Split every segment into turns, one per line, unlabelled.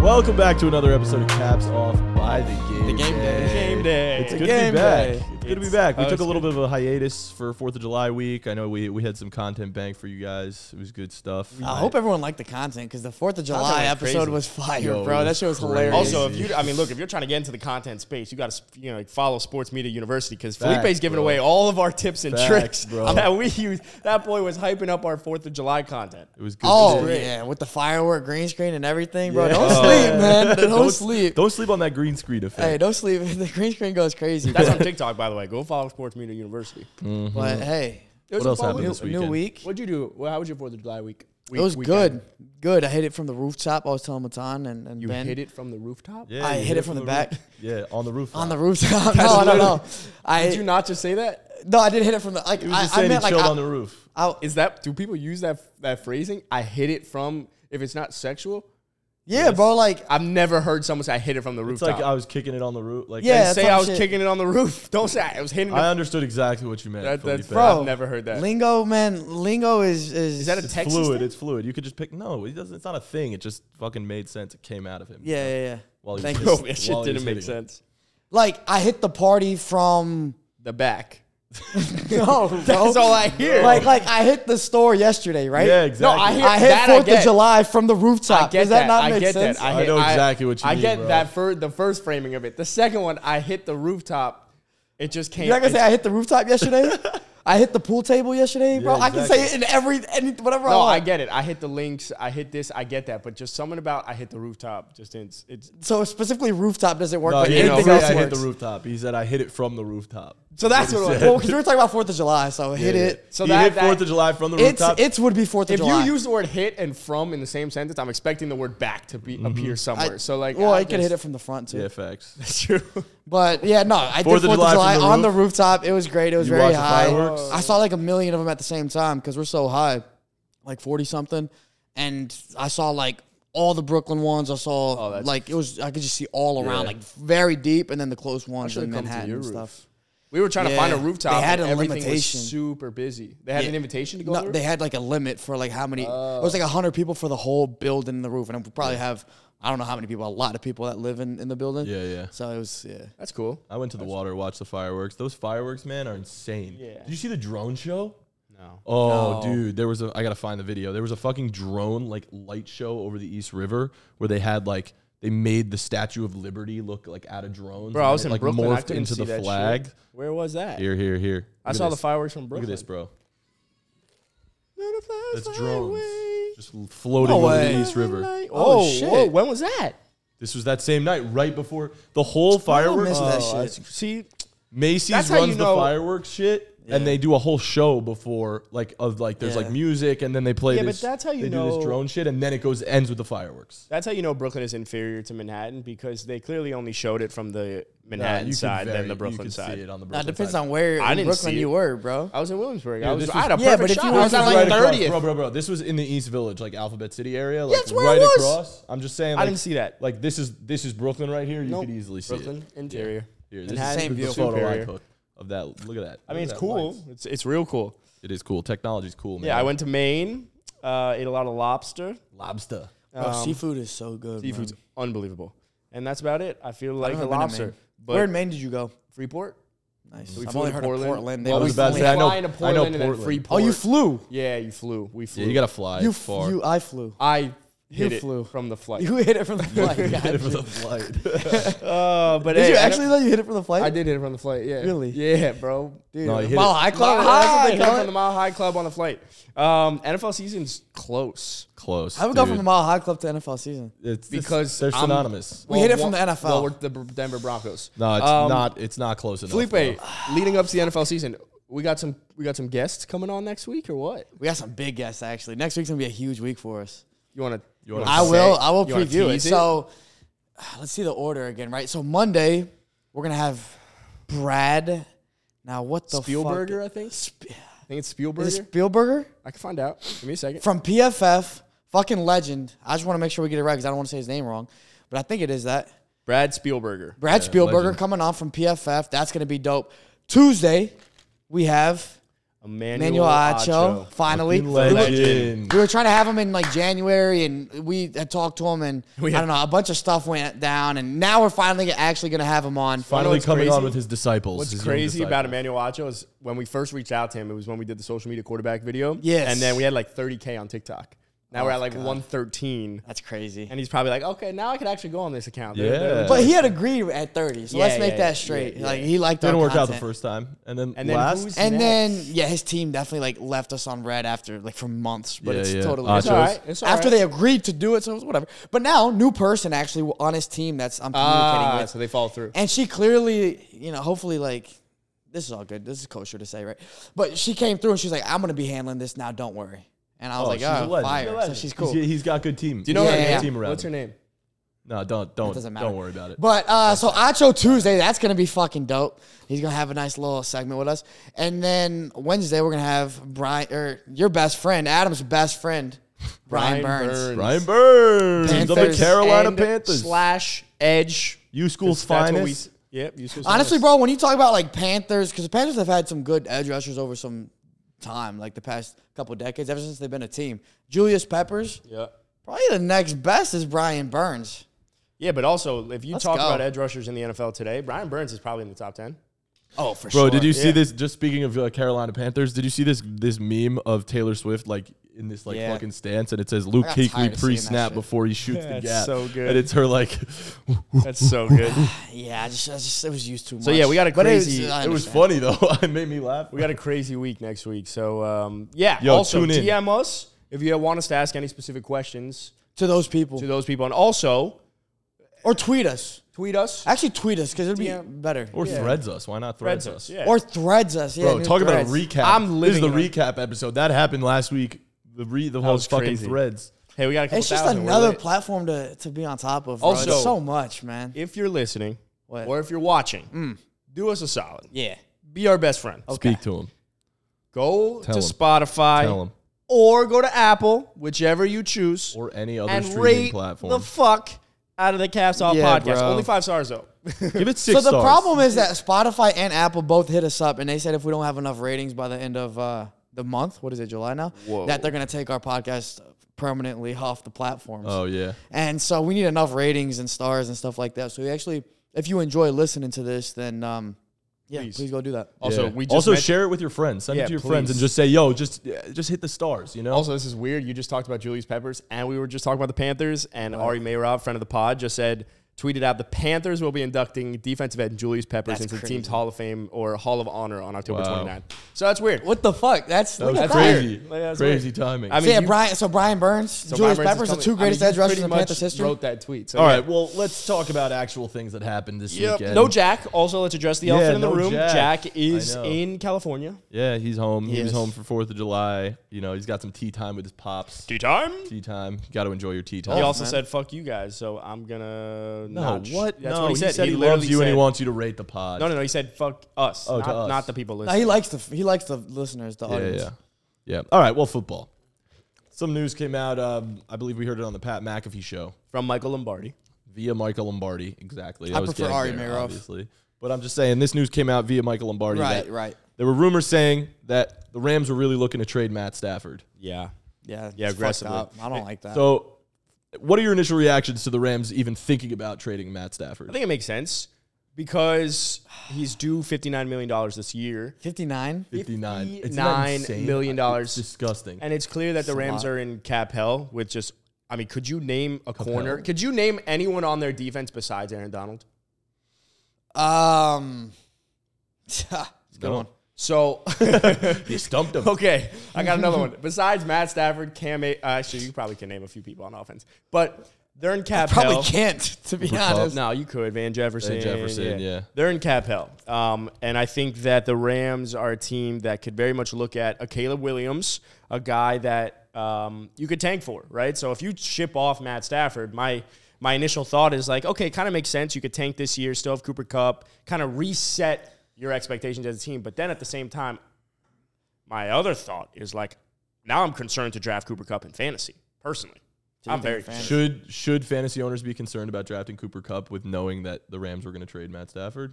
Welcome back to another episode of Caps Off by the Game.
The game day.
Game day.
It's
a
good to
game
be back.
day.
It's good to be
It's-
back. We
oh,
took
it's
a little bit of a hiatus for Fourth of July week. I know we, we had some content bank for you guys. It was good stuff.
I hope everyone liked the content because the Fourth of
Content
July
went
episode
crazy.
was fire,
Yo, it
bro. That
was
shit was
crazy.
hilarious.
Also, if
Crazy.
you, I mean, look, if you're trying to get into the content space, you got to, you know, follow Sports Media University because
Facts,
Felipe's giving
bro.
away all of our tips and
Facts,
tricks
bro.
that we use. That boy was hyping up our Fourth of July content.
It was good.
oh
shit.
yeah, with the firework green screen and everything, bro.
Yeah.
Don't
Oh.
sleep, man. Don't,
Don't
sleep.
Don't sleep on that green screen
hey,
effect.
don't sleep. The green screen goes crazy.
That's
bro.
on TikTok, by the way. Go follow Sports Media University.
but hey,
It
Mm,
was
What
a
else
fun
happened
week.
Mm-hmm. new,
this
new
weekend.
week.
What'd you do? Well, How was your Fourth of July week?
It was good, good. I hit it from the rooftop. I was telling Matan and, and
You
Ben.
hit it from the rooftop.
Yeah,
I
you
hit it from the back
Yeah, on the roof.
on the rooftop. no, no, no. I
Did you not just say that?
no, I did hit it from the like.
He was
I,
just
I
saying
meant
he
like
chilled
I,
on the roof.
I-
Is that do people use that that phrasing? I hit it from. If it's not sexual,
yeah, bro. Like
I've never heard someone say I hit it from the
It's
rooftop.
like I was kicking it on the roof. Like
Yeah,
say
type
I
of
was
shit.
kicking it on the roof. Don't say I was hitting
I
it.
understood exactly what you meant.
That- that's
Felipe.
bro.
bro.
I've never heard that.
lingo, man. Lingo is is
Is that a
It's
Texas
fluid.
thing?
It's fluid. You could just pick. No, it doesn't. It's not a thing. It just fucking made sense. It came out of him.
yeah, yeah, yeah.
While he
Thank
was
you.
Bro,
While
that shit
he was
didn't make
hitting it.
sense.
Like I hit the party from
The back.
no, bro.
That's all I hear.
Oh. Like, like I hit the store yesterday, right?
Yeah, exactly.
No, I hear-
I hit
That I
Fourth of
get.
July from the rooftop.
I get
Does that, not
I
make
get
sense?
that. I,
I
hit-
know exactly what you
I
mean,
get
bro.
that for the first framing of it. The second one, I hit the rooftop. It just came.
You're not gonna say
it's-
I hit the rooftop yesterday. I hit the pool table yesterday, bro.
Yeah,
I can say it in
exactly.
every any whatever. I
no,
want.
I get it. I hit the links. I hit this. I get that. But just something about I hit the rooftop. Just it's it's
So specifically, rooftop doesn't work,
No, Uh,
but
he didn't
anything
say
else
I
works.
hit the rooftop. He said I hit it from the rooftop.
So that's what.
What he
it was.
said.
Well, because we were talking about Fourth of July, so hit
Yeah, yeah.
it.
So
he
that-
hit
that-
Fourth of July from the
It's
rooftop.
it's would be Fourth of
if
July.
you use the word hit and from in the same sentence, I'm expecting the word back to
Mm-hmm.
be appear somewhere.
I-
so like,
well,
I
I could
just-
hit it from the front too.
yeah, facts.
That's true.
But yeah, no, I
Fourth of
did Fourth
July
of July,
from the
on the
roof.
rooftop. It was great. It was
You
very
watched the
high.
fireworks?
I saw like a million of them at the same time because we're so high, like forty something, and I saw like all the Brooklyn ones. I saw
that's-
like it was. I could just see all around,
Oh, Yeah.
like very deep, and then the close ones in
should've come to
Manhattan
your
and
roof.
stuff.
We were trying to
Yeah.
find a rooftop.
They had
and
a
everything was
limitation.
super busy. They had
Yeah.
an invitation to go
No,
through.
they had like a limit for like how many. It
Oh.
was like hundred people for the whole building in the roof, and we probably have I don't know how many people, a lot of people that live in, in the building.
Yeah, yeah.
So it was yeah.
That's cool.
I went to the water, watched the fireworks. Those fireworks, man, are insane.
Yeah.
Did you see the drone show?
No.
Oh,
No.
dude, there was a. I gotta find the video. There was a fucking drone like light show over the East River where they had like they made the Statue of Liberty look like out of drones.
Bro,
and
I
it,
was in
like
Brooklyn. I
morphed
couldn't
into
see
the
that
flag.
shit. Where was that?
Here, here, here.
I
Look at
saw
this.
the fireworks from Brooklyn.
Look at this, bro.
Little flies
That's
fly
drones
away.
just floating
No
over
way.
the East River.
Like- Oh,
shit.
Whoa, when was that?
This was that same night, right before the whole fireworks.
missed that
Oh,
shit.
I-
See,
Macy's
That's how you
runs the
know-
fireworks shit, and they do a whole show before, like of like there's
Yeah.
like music, and then they play.
Yeah, but
this,
that's how you
they do
know-
this drone shit, and then it goes ends with the fireworks.
that's how you know Brooklyn is inferior to Manhattan because they clearly only showed it from the Manhattan
you can
side
very-
than the
you
Brooklyn
can see
side.
it on the
That
Brooklyn
depends
side.
on where
I
in
didn't
Brooklyn
see it.
you were, bro.
I was in Williamsburg.
Yeah,
I was.
this
I had a
was-
Yeah,
perfect
but if
shot.
you
I
were-
was
this
at
was
like
right across-
thirtieth.
bro, bro, bro. This was in the East Village, like Alphabet City area, like
that's where I
right
was.
across. I'm just saying,
I
like,
didn't see that.
Like this is this is Brooklyn right here. You
Nope.
could easily see
Brooklyn
it.
interior.
Here, this
Manhattan
is
Same
the
view.
photo I
Superior.
took of that. Look at that.
I
Look
mean, it's
at that
cool.
lights.
It's it's real cool.
It is cool. Technology's cool, man.
Yeah, I went to Maine. Uh, ate a lot of lobster. Um,
lobster.
Bro, Oh, seafood is so good.
Seafood's
man.
unbelievable. And that's about it. I feel like
I've
a
never been to
lobster.
Maine.
But
where in Maine did you go?
Freeport?
Nice.
We
I've
flew
only
to
heard
Portland.
of Portland. They
I was
always
about to
fly-
say, I know-
fly into
I know
Portland and then
Portland.
Oh,
Freeport.
you flew.
Yeah, you flew. We flew.
Yeah, you gotta fly.
You
It's far.
flew. I flew.
I hit
You
it
flew.
from the flight.
You hit it from the flight.
Get it for
Did
the flight.
Uh, but hey,
you
I
actually though?
don't-
You hit it from the flight?
I did hit it from the flight. Yeah.
Really?
Yeah, bro. Dude.
No, he hit
Mile
it
High Club.
Mile
That's what
High,
they
hit it
call
from
it?
the Mile High Club on the flight. Um, NFL season's close.
close.
I would go
dude.
from the Mile High Club to NFL season.
It's, it's-
Because
they're
I'm-
synonymous.
We hit it from
one-
the NFL.
Well, we're the Br- Denver Broncos.
No, it's
Um,
not. It's not close enough.
Felipe,
though.
leading up to the NFL season, we got some we got some guests coming on next week or what?
We got some big guests actually. Next week's gonna be a huge week for us.
You want to?
You wanna
I
say-
will. I will
you wanna
preview it.
tease it?
So let's see the order again, right? So Monday we're gonna have Brad. Now what the
Spielberger,
Fuck?
I think.
Sp-
I think it's Spielberger.
is it Spielberger
I can find out. Give me a second.
from PFF? Fucking legend. I just want to make sure we get it right because I don't want to say his name wrong, but I think it is that
Brad Spielberger.
Brad Spielberger
legend.
coming on from PFF. That's gonna be dope. Tuesday we have Manuel
Emmanuel
Acho,
Acho.
finally.
Fucking
We were-
legend.
We were trying to have him in like January, and we had talked to him, and I don't know, a bunch of stuff went down, and now we're finally actually gonna have him on.
Finally
what's
coming on
crazy?
with his disciples.
What's
his young
crazy about
disciples.
Emmanuel Acho is when we first reached out to him, it was when we did the social media quarterback video.
Yes.
And then we had like 30K on TikTok. Now we're at
Oh,
like 113.
That's crazy.
And he's probably like, okay, now I could actually go on this account. They're-
Yeah.
they're-
But he had agreed at 30, so
Yeah,
let's make
yeah, yeah,
that straight.
yeah, yeah.
Like he liked
Didn't
our
work out the
content.
first time, and then
And then
last.
who's-
And
Next.
then yeah, his team definitely like left us on red after like for months, but
Yeah,
it's
yeah.
totally
Achos.
it's all right. It's all
after
right.
they agreed to do it, so it was whatever. But now new person actually on his team that's I'm communicating
Ah,
with.
so they follow through.
And she clearly, you know, hopefully, like, this is all good. This is kosher to say, right? But she came through and she's like, I'm going to be handling this now. Don't worry. And I was
Oh,
like,
she's
"Ah,
a
oh,
legend.
fire. so
legend.
she's cool.
He's, he's got good team. Do
you know
Yeah,
her
yeah, yeah.
name?
Team around
What's her
him.
name?
No, don't don't
doesn't matter.
don't worry about it.
But uh, so Acho Tuesday, that's gonna be fucking dope. He's gonna have a nice little segment with us, and then Wednesday we're gonna have Brian or your best friend, Adam's best friend, Brian, Burns.
Brian Burns of the
Panthers
Carolina
and
Panthers,
slash Edge.
U school's
That's what we-
finest.
Yep. you school's
Honestly,
finest.
bro, when you talk about like Panthers, because the Panthers have had some good edge rushers over some time, like the past couple decades, ever since they've been a team. Julius Peppers,
Yeah.
probably the next best is Brian Burns.
Yeah, but also if you
Let's
talk
go.
about edge rushers in the NFL today, Brian Burns is probably in the top ten.
Oh, for
Bro, did you see
Yeah.
this? Just speaking of uh, Carolina Panthers, did you see this this meme of Taylor Swift like in this like
Yeah.
fucking stance, and it says Luke
got
Kuechly
tired of seeing that
pre-snap
shit.
before he shoots the
That's
gap,
so good.
and it's her like
That's so good.
Yeah, I just, I just, it was used too much.
yeah, we got a
But it was-
crazy-
I
it was
understand.
funny though. it made me laugh.
we got a crazy week next week, so um, yeah.
Yo,
also,
tune in.
DM us if you want us to ask any specific questions
to those people,
to those people, and also
or tweet us.
tweet us.
Actually, tweet us because it'd be
Yeah.
better.
or threads us. Why not threads, us?
Yeah.
Or threads us. Yeah,
Bro,
new
talk
threads.
about a recap.
I'm living
This is
in a-
the recap episode that happened last week. The re the whole
was
fucking
crazy.
threads.
hey, we got a couple
It's just
thousand. We're
another
lit.
platform to, to be on top of. Bro.
Also-
it's so much, man.
if you're listening
What?
or if you're watching,
Mm.
do us a solid.
Yeah.
Be our best friend.
Speak to him.
Go
Tell
to
'em.
Spotify
Tell him
or go to Apple, whichever you choose.
or any other
and
streaming
rate
platform.
the fuck out of the Caps Off
Yeah,
podcast.
bro.
Only five stars though.
Give it six.
So the
stars.
problem is that Spotify and Apple both hit us up, and they said if we don't have enough ratings by the end of uh, the month, what is it, July now? That they're gonna take our podcast permanently off the platforms.
Oh yeah.
And so we need enough ratings and stars and stuff like that. So we actually, if you enjoy listening to this, then um, yeah, please. go do that.
Also,
Yeah.
we just
also
mentioned-
share it with your friends. Send
Yeah,
it to your
please.
friends and just say, "Yo, just uh, just hit the stars." You know.
Also, this is weird. You just talked about Julius Peppers, and we were just talking about the Panthers. And Ari Mayrov, friend of the pod, just said, tweeted out, the Panthers will be inducting defensive end Julius Peppers
That's
into
crazy.
the team's Hall of Fame or Hall of Honor on October
Wow.
29th. So that's weird.
What the fuck? That's
that
look
was
at
crazy.
Like, that's
crazy
weird.
timing.
I
That.
mean,
yeah,
you-
Brian. So Brian Burns,
So
Julius
Brian Burns
Peppers,
is
the
coming-
two greatest
I mean, you
edge rushers
pretty
in
much
Panthers history.
wrote that tweet. So
All
yeah.
right. Well, let's talk about actual things that happened this
Yep.
weekend.
No Jack. Also, let's address the
Yeah,
elephant in the
no
room.
Jack.
Jack, is
I know.
in California.
Yeah, he's home. He was
Yes.
home for Fourth of July. You know, he's got some tea time with his pops.
Tea time.
Tea time. Got to enjoy your tea
He
time.
also
man.
said, "Fuck you guys." So I'm gonna
no,
not-
what?
That's
no,
what he said.
he,
literally
loves you and he
said-
wants you to rate the pod.
No, no, no. He said, "Fuck us,"
Oh, to
not,
us.
not the people
No,
listening.
he likes the he likes the listeners, the
Yeah,
audience.
yeah, yeah. All right. Well, football. Some news came out. Um, I believe we heard it on the Pat McAfee show.
From Michael Lombardi.
via Michael Lombardi. Exactly. That
I
was
prefer
gag
Ari
there,
Mayrov.
obviously. But I'm just saying, this news came out via Michael Lombardi.
Right,
that
right.
There were rumors saying that the Rams were really looking to trade Matt Stafford.
Yeah.
Yeah,
Yeah,
it's fucked
aggressively.
up. I don't like that.
So, what are your initial reactions to the Rams even thinking about trading Matt Stafford?
I think it makes sense because he's due $59 million this year.
59.
59. Isn't that
$59
insane?
million dollars.
It's disgusting.
And it's clear that the Rams are in cap hell with just, I mean, could you name a corner? Could you name anyone on their defense besides Aaron Donald?
Um,
No.
So,
You stumped him.
okay, I got another one. Besides Matt Stafford, Cam, A- uh, actually, you probably can name a few people on offense, but they're in cap
probably
hell.
can't to be
Cup.
honest.
No, you could Van Jefferson.
Van Jefferson, yeah.
they're in cap hell. Um, and I think that the Rams are a team that could very much look at a Caleb Williams, a guy that um, you could tank for, right? So if you ship off Matt Stafford, my my initial thought is like, okay, kind of makes sense. You could tank this year, still have Cooper Cup, kind of reset your expectations as a team. But then at the same time, my other thought is like, now I'm concerned to draft Cooper Cup in fantasy personally. I'm very
fan-
concerned.
Should should fantasy owners be concerned about drafting Cooper Cup with knowing that the Rams were going to trade Matt Stafford?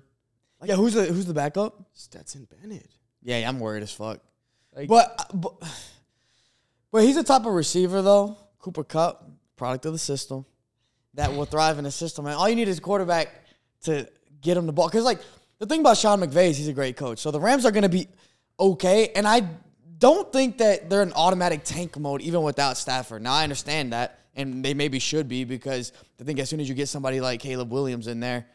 Yeah, who's the who's the backup?
Stetson Bennett.
Yeah, I'm worried as fuck.
Like,
But, uh, but but he's the type of receiver though, Cooper Cup, product of the system, that will thrive in the system. And all you need is a quarterback to get him the ball. Because like the thing about Sean McVay is he's a great coach. So the Rams are going to be okay, and I don't think that they're in automatic tank mode even without Stafford. Now I understand that, and they maybe should be because I think as soon as you get somebody like Caleb Williams in there,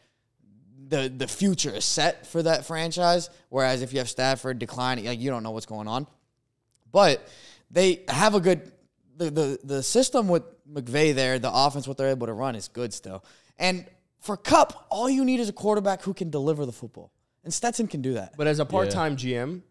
the the future is set for that franchise. Whereas if you have Stafford declining, like you don't know what's going on. But they have a good the the, the system with McVay there, the offense what they're able to run is good still. And for Cup, all you need is a quarterback who can deliver the football. And Stetson can do that.
But as a part-time GM,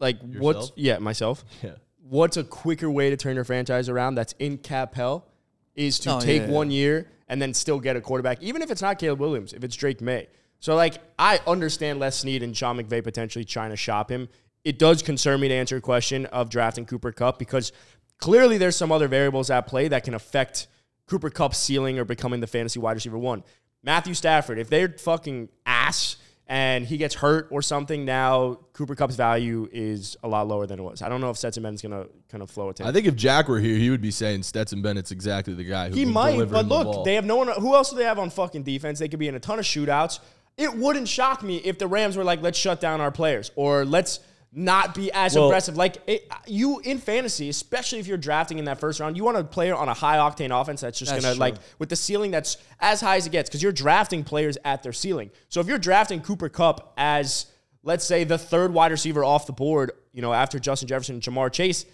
like what's
Yourself?
yeah myself.
yeah.
What's a quicker way to turn your franchise around? That's in cap hell, is to
Oh,
take
yeah.
one year and then still get a quarterback, even if it's not Caleb Williams, if it's Drake May. So like I understand Les Snead and Sean McVay potentially trying to shop him. It does concern me to answer your question of drafting Cooper Cup because clearly there's some other variables at play that can affect Cooper Cup's ceiling or becoming the fantasy wide receiver one. Matthew Stafford, if they're fucking ass and he gets hurt or something, now Cooper Cup's value is a lot lower than it was. I don't know if Stetson Bennett's gonna kind of flow it.
I think if Jack were here, he would be saying Stetson Bennett's exactly the guy who
He
can
might,
deliver
but
him the
look,
ball.
they have no one. Who else do they have on fucking defense? They could be in a ton of shootouts. It wouldn't shock me if the Rams were like, let's shut down our players or let's not be as
Well-
aggressive. Like it, you in fantasy, especially if you're drafting in that first round, you want a player on a high octane offense that's just
That's
gonna
true.
like with the ceiling that's as high as it gets because you're drafting players at their ceiling. So if you're drafting Cooper Cup as let's say the third wide receiver off the board, you know after Justin Jefferson and Jamar Chase,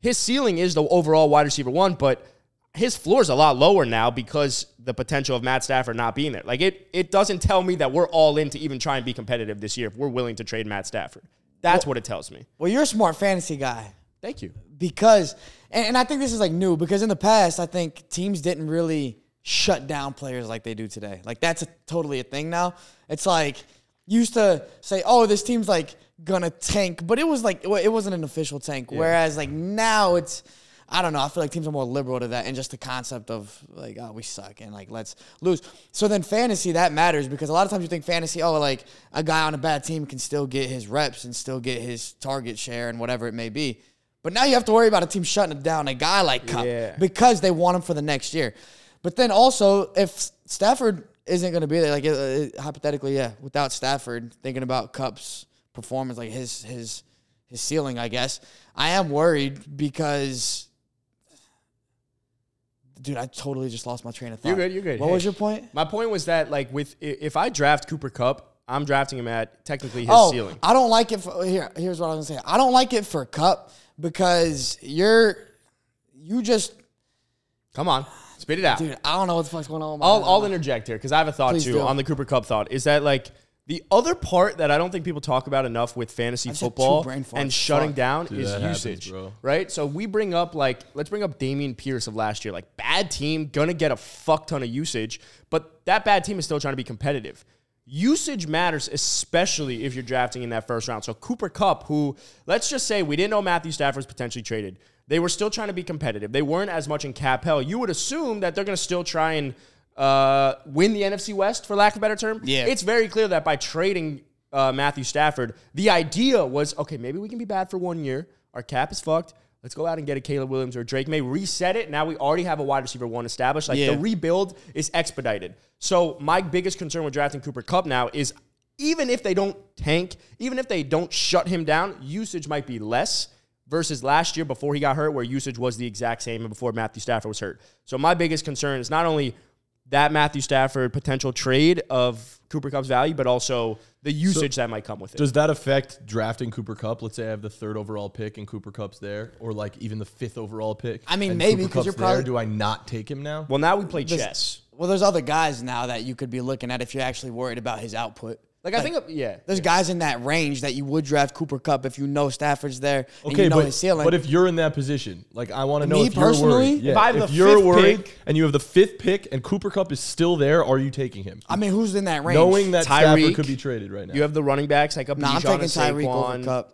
his ceiling is the overall wide receiver one, but his floor is a lot lower now because the potential of Matt Stafford not being there. Like it, it doesn't tell me that we're all in to even try and be competitive this year if we're willing to trade Matt Stafford. That's what it tells me.
Well, you're a smart fantasy guy.
Thank you.
because and, and I think this is like new because in the past I think teams didn't really shut down players like they do today. Like that's a, totally a thing now. It's like you used to say, "Oh, this team's like gonna tank," but it was like well, it wasn't an official tank. Whereas like now it's I don't know. I feel like teams are more liberal to that and just the concept of like, oh, we suck and like let's lose. So then fantasy that matters because a lot of times you think fantasy, oh, like a guy on a bad team can still get his reps and still get his target share and whatever it may be. But now you have to worry about a team shutting down a guy like Cup
Yeah.
because they want him for the next year. But then also, if Stafford isn't going to be there, like uh, uh, hypothetically, yeah, without Stafford, thinking about Cup's performance, like his his his ceiling, I guess, I am worried because, dude, I totally just lost my train of thought.
You're good, you're good.
What
Hey.
was your point?
My point was that like with i- if I draft Cooper Cup, I'm drafting him at technically his
oh,
ceiling.
I don't like it for here. Here's what I was gonna say. I don't like it for Cup because you're you just
Come on, spit it out.
dude. I don't know what the fuck's going on. With my
I'll,
head.
I'll interject here because I have a thought
Please
too
do.
on the Cooper Cup thought is that like the other part that I don't think people talk about enough with fantasy
just had two
football
brain farts.
and shutting
Fuck.
down
Dude,
is
that happens,
usage,
bro.
right? So we bring up like let's bring up Damian Pierce of last year, like bad team, gonna get a fuck ton of usage, but that bad team is still trying to be competitive. Usage matters, especially if you're drafting in that first round. So Cooper Cup, who let's just say we didn't know Matthew Stafford's potentially traded. They were still trying to be competitive. They weren't as much in cap hell. You would assume that they're going to still try and uh, win the NFC West, for lack of a better term.
Yeah.
It's very clear that by trading uh, Matthew Stafford, the idea was okay, maybe we can be bad for one year. Our cap is fucked. Let's go out and get a Caleb Williams or Drake May, reset it. Now we already have a wide receiver one established. Like
Yeah.
the rebuild is expedited. So my biggest concern with drafting Cooper Cup now is even if they don't tank, even if they don't shut him down, usage might be less versus last year before he got hurt, where usage was the exact same and before Matthew Stafford was hurt. So my biggest concern is not only that Matthew Stafford potential trade of Cooper Cup's value, but also the usage that might come with it.
Does that affect drafting Cooper Cup? Let's say I have the third overall pick and Cooper Cup's there, or like even the fifth overall pick.
I mean,
and
maybe,
Cooper
'cause you're
Kupp's there.
probably-
Do I not take him now?
well, now we play chess.
Well, there's other guys now that you could be looking at if you're actually worried about his output.
Like, I think, yeah.
There's guys in that range that you would draft Cooper Cup if you know Stafford's there and you know
but,
his ceiling.
but if you're in that position, like I want to know
Me
if you're
personally?
worried. Yeah,
If I have
if
the
you're
fifth
worried
pick-
and you have the fifth pick and Cooper Cup is still there, are you taking him?
I mean, who's in that range?
Knowing that
Tyreek,
Stafford could be traded right now.
You have the running backs like a
nah, I'm
Bijan and
taking Tyreek over
Saquon.
Cup.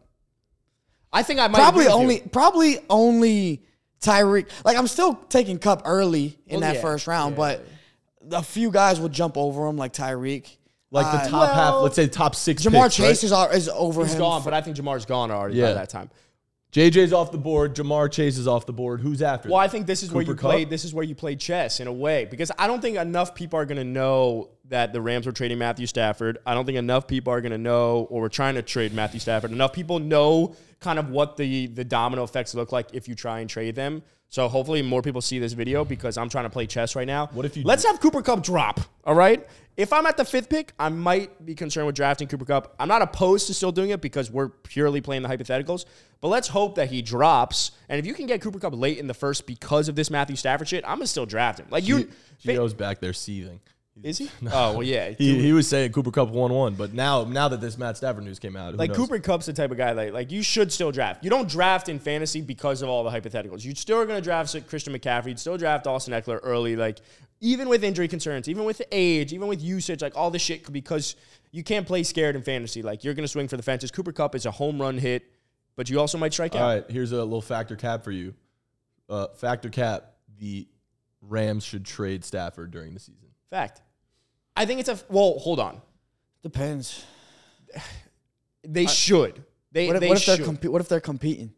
I think I might
Probably
agree with
only,
you.
probably only Tyreek. Like I'm still taking Cup early in
Well,
that
yeah,
first round, but a few guys will jump over him, like Tyreek.
Like the
Uh,
top half,
well-
let's say top six.
Jamar
picks,
Chase
right?
is, our, is over
He's
him.
gone, but I think Jamar's gone already
Yeah.
by that time.
JJ's off the board. Jamar Chase is off the board. Who's after?
Well,
them?
I think this is where you
Cooper Kupp?
play. This is where you play chess in a way because I don't think enough people are going to know that the Rams were trading Matthew Stafford. I don't think enough people are going to know or we're trying to trade Matthew Stafford. Enough people know kind of what the the domino effects look like if you try and trade them. So hopefully more people see this video because I'm trying to play chess right now.
What if you
Let's have Cooper Cup drop. All right. If I'm at the fifth pick, I might be concerned with drafting Cooper Cup. I'm not opposed to still doing it because we're purely playing the hypotheticals. But let's hope that he drops. And if you can get Cooper Cup late in the first because of this Matthew Stafford shit, I'm gonna still draft him. Like you,
Gio's back there seething.
is he? Oh well, yeah.
He, he was saying Cooper Cup won one, but now now that this Matt Stafford news came out, who
like
knows?
Cooper Cup's the type of guy like like you should still draft. You don't draft in fantasy because of all the hypotheticals. You still are going to draft Christian McCaffrey. You'd still draft Austin Eckler early. Like even with injury concerns, even with age, even with usage, like all this shit because you can't play scared in fantasy. Like you're going to swing for the fences. Cooper Cup is a home run hit, but you also might strike out.
All right, here's a little factor cap for you. Uh, factor cap: the Rams should trade Stafford during the season.
Fact. I think it's a well. Hold on.
Depends.
They should. They
What if,
they
what if they're
should.
compe- what if they're competing?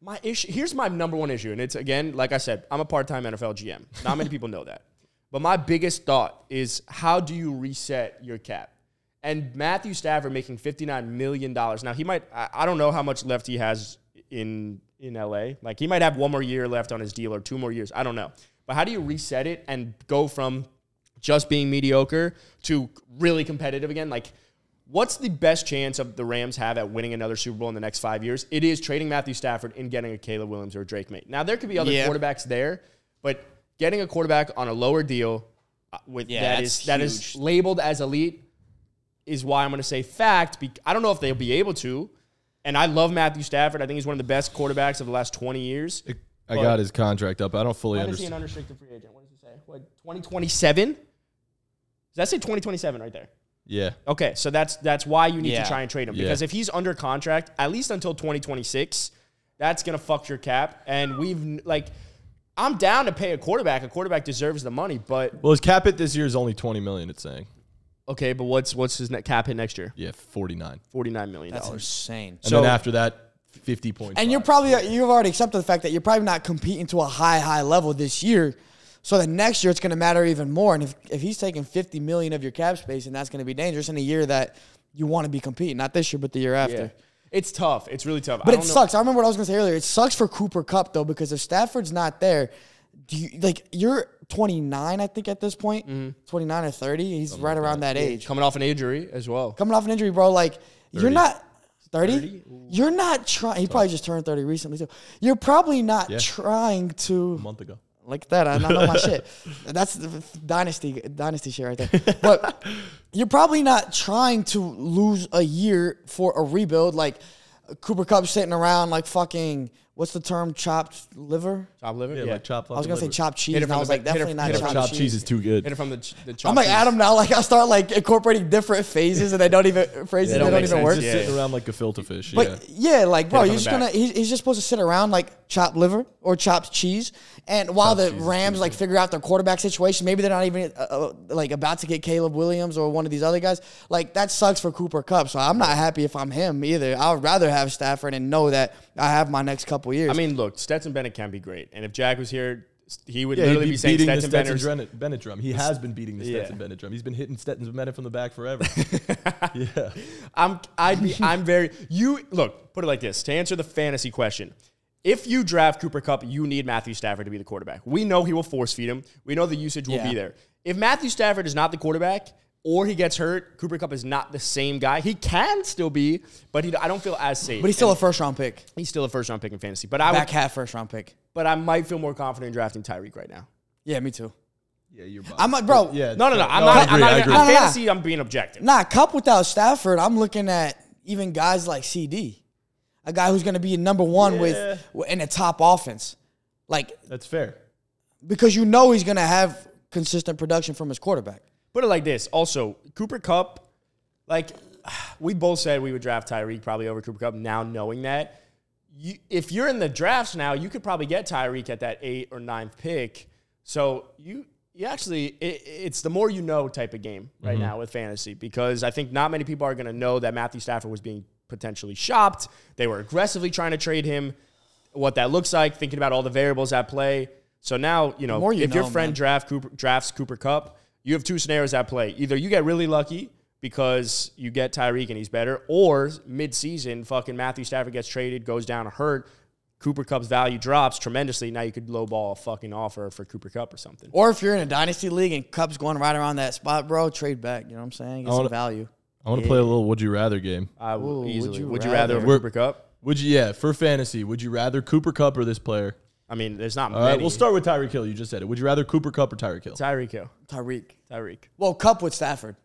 My issue here's my number one issue, and it's again, like I said, I'm a part-time NFL GM. Not many people know that. But my biggest thought is how do you reset your cap? And Matthew Stafford making $59 million. Now he might I, I don't know how much left he has in in LA. Like he might have one more year left on his deal or two more years. I don't know. But how do you reset it and go from just being mediocre to really competitive again? Like What's the best chance of the Rams have at winning another Super Bowl in the next five years? It is trading Matthew Stafford and getting a Caleb Williams or a Drake May. Now there could be other
Yeah.
quarterbacks there, but getting a quarterback on a lower deal uh, with
Yeah,
that
that's
is that is
huge.
labeled as elite is why I'm going to say fact. Be- I don't know if they'll be able to, and I love Matthew Stafford. I think he's one of the best quarterbacks of the last 20 years.
I got his contract up. I don't fully
When is he an
understand.
unrestricted free agent? What does it say? What 2027? Does that say 2027 right there?
Yeah,
Okay, so that's that's why you need
Yeah.
to try and trade him
Yeah.
because if he's under contract at least until 2026, that's gonna fuck your cap. And we've like, I'm down to pay a quarterback. A quarterback deserves the money, but
well, his cap hit this year is only twenty million. It's saying
okay, but what's what's his net cap hit next year?
yeah, forty nine,
Forty nine million dollars.
insane.
and
So-
then after that, fifty points.
And you're probably you've already accepted the fact that you're probably not competing to a high high level this year. So that next year it's going to matter even more. And if, if he's taking 50 million of your cap space, and that's going to be dangerous in a year that you want to be competing, not this year but the year after.
Yeah. It's tough. It's really tough.
But
I
it
don't know-
sucks. I remember what I was gonna say earlier. It sucks for Cooper Cup though, because if Stafford's not there, do you like you're 29, I think, at this point,
Mm-hmm.
29 or 30. He's right around that, age.
Coming off an injury as well.
Coming off an injury, bro. Like you're not 30. You're not trying. He probably just turned 30 recently too. You're probably not trying to
a month ago.
like that. I know my shit. That's the f- dynasty dynasty shit right there. But you're probably not trying to lose a year for a rebuild. Like Cooper Cup sitting around like fucking what's the term chopped liver?
Top liver.
Yeah, like chopped.
I was gonna say chopped cheese,
Hit it
and I
from
was
the
like
back- hit it
definitely
from-
not
hit it from
chopped,
chopped cheese is too good.
Hit it from the ch- the.
I'm
chop
like
cheese.
Adam now. Like I start like incorporating different phases, and they don't even phrases. They
They don't
don't,
make
even
sense.
work.
Just
Yeah,
sitting
yeah.
around like a filter fish. yeah.
But yeah, like bro,
it
you're
from the
just
back.
gonna he's, he's just supposed to sit around like chopped liver or chopped cheese, and while
Chopped
the
cheese is
Rams like figure out their quarterback situation, maybe they're not even uh, uh, like about to get Caleb Williams or one of these other guys. Like that sucks for Cooper Cup, so I'm not happy if I'm him either. I would rather have Stafford and know that I have my next couple years.
I mean, look, Stetson Bennett can be great, and if Jack was here, he would
Yeah, he'd
literally
be
be, saying
beating the
Stetson,
Stetson
Bennett's
Bennett, Bennett drum. He has been beating the
Yeah.
Stetson Bennett drum. He's been hitting Stetson Bennett from the back forever. yeah.
I'm I'd be I'm very you look, put it like this to answer the fantasy question. If you draft Cooper Cup, you need Matthew Stafford to be the quarterback. We know he will force feed him. We know the usage will
Yeah.
be there. If Matthew Stafford is not the quarterback or he gets hurt, Cooper Cup is not the same guy. He can still be, but he, I don't feel as safe.
but he's still a first round pick,
he's still a first round pick in fantasy. But I
back
would,
half first round pick.
but I might feel more confident in drafting Tyreek right now.
Yeah, me too.
Yeah, you're biased.
I'm like, bro,
yeah.
No, no, no. I'm
I
not. I'm
agree,
not.
I
even-
agree.
on
No, no, no.
fantasy, I'm being objective.
Nah, Cup without Stafford, I'm looking at even guys like CD, a guy who's going to be number one with in a top offense, like
That's fair.
because you know he's going to have consistent production from his quarterback.
Put it like this. Also, Cooper Cup, like we both said we would draft Tyreek probably over Cooper Cup. Now knowing that, you, if you're in the drafts now, you could probably get Tyreek at that eight or ninth pick. So you you actually it, it's the more you know type of game right now with fantasy because I think not many people are going to know that Matthew Stafford was being potentially shopped. They were aggressively trying to trade him. What that looks like, thinking about all the variables at play. So now you know
more you
if your
know,
friend
man.
draft Cooper, drafts Cooper Cup, you have two scenarios at play. Either you get really lucky because you get Tyreek and he's better, or mid-season fucking Matthew Stafford gets traded, goes down hurt. Cooper Cup's value drops tremendously. Now you could lowball a fucking offer for Cooper Cup or something.
Or if you're in a dynasty league and Cup's going right around that spot, bro, trade back. You know what I'm saying? Get
I
some
wanna-
value.
I want to play a little would you rather game.
I would
Ooh, would
easily. Would you,
you
rather,
rather?
over
We're-
Cooper Cup?
Would you? Yeah, for fantasy, would you rather Cooper Cup or this player?
I mean, there's not
All
many.
right, we'll start with Tyreek Hill. You just said it. Would you rather Cooper Cup or Tyreek Hill?
Tyreek Hill.
Tyreek.
Tyreek.
Well, Cup with Stafford.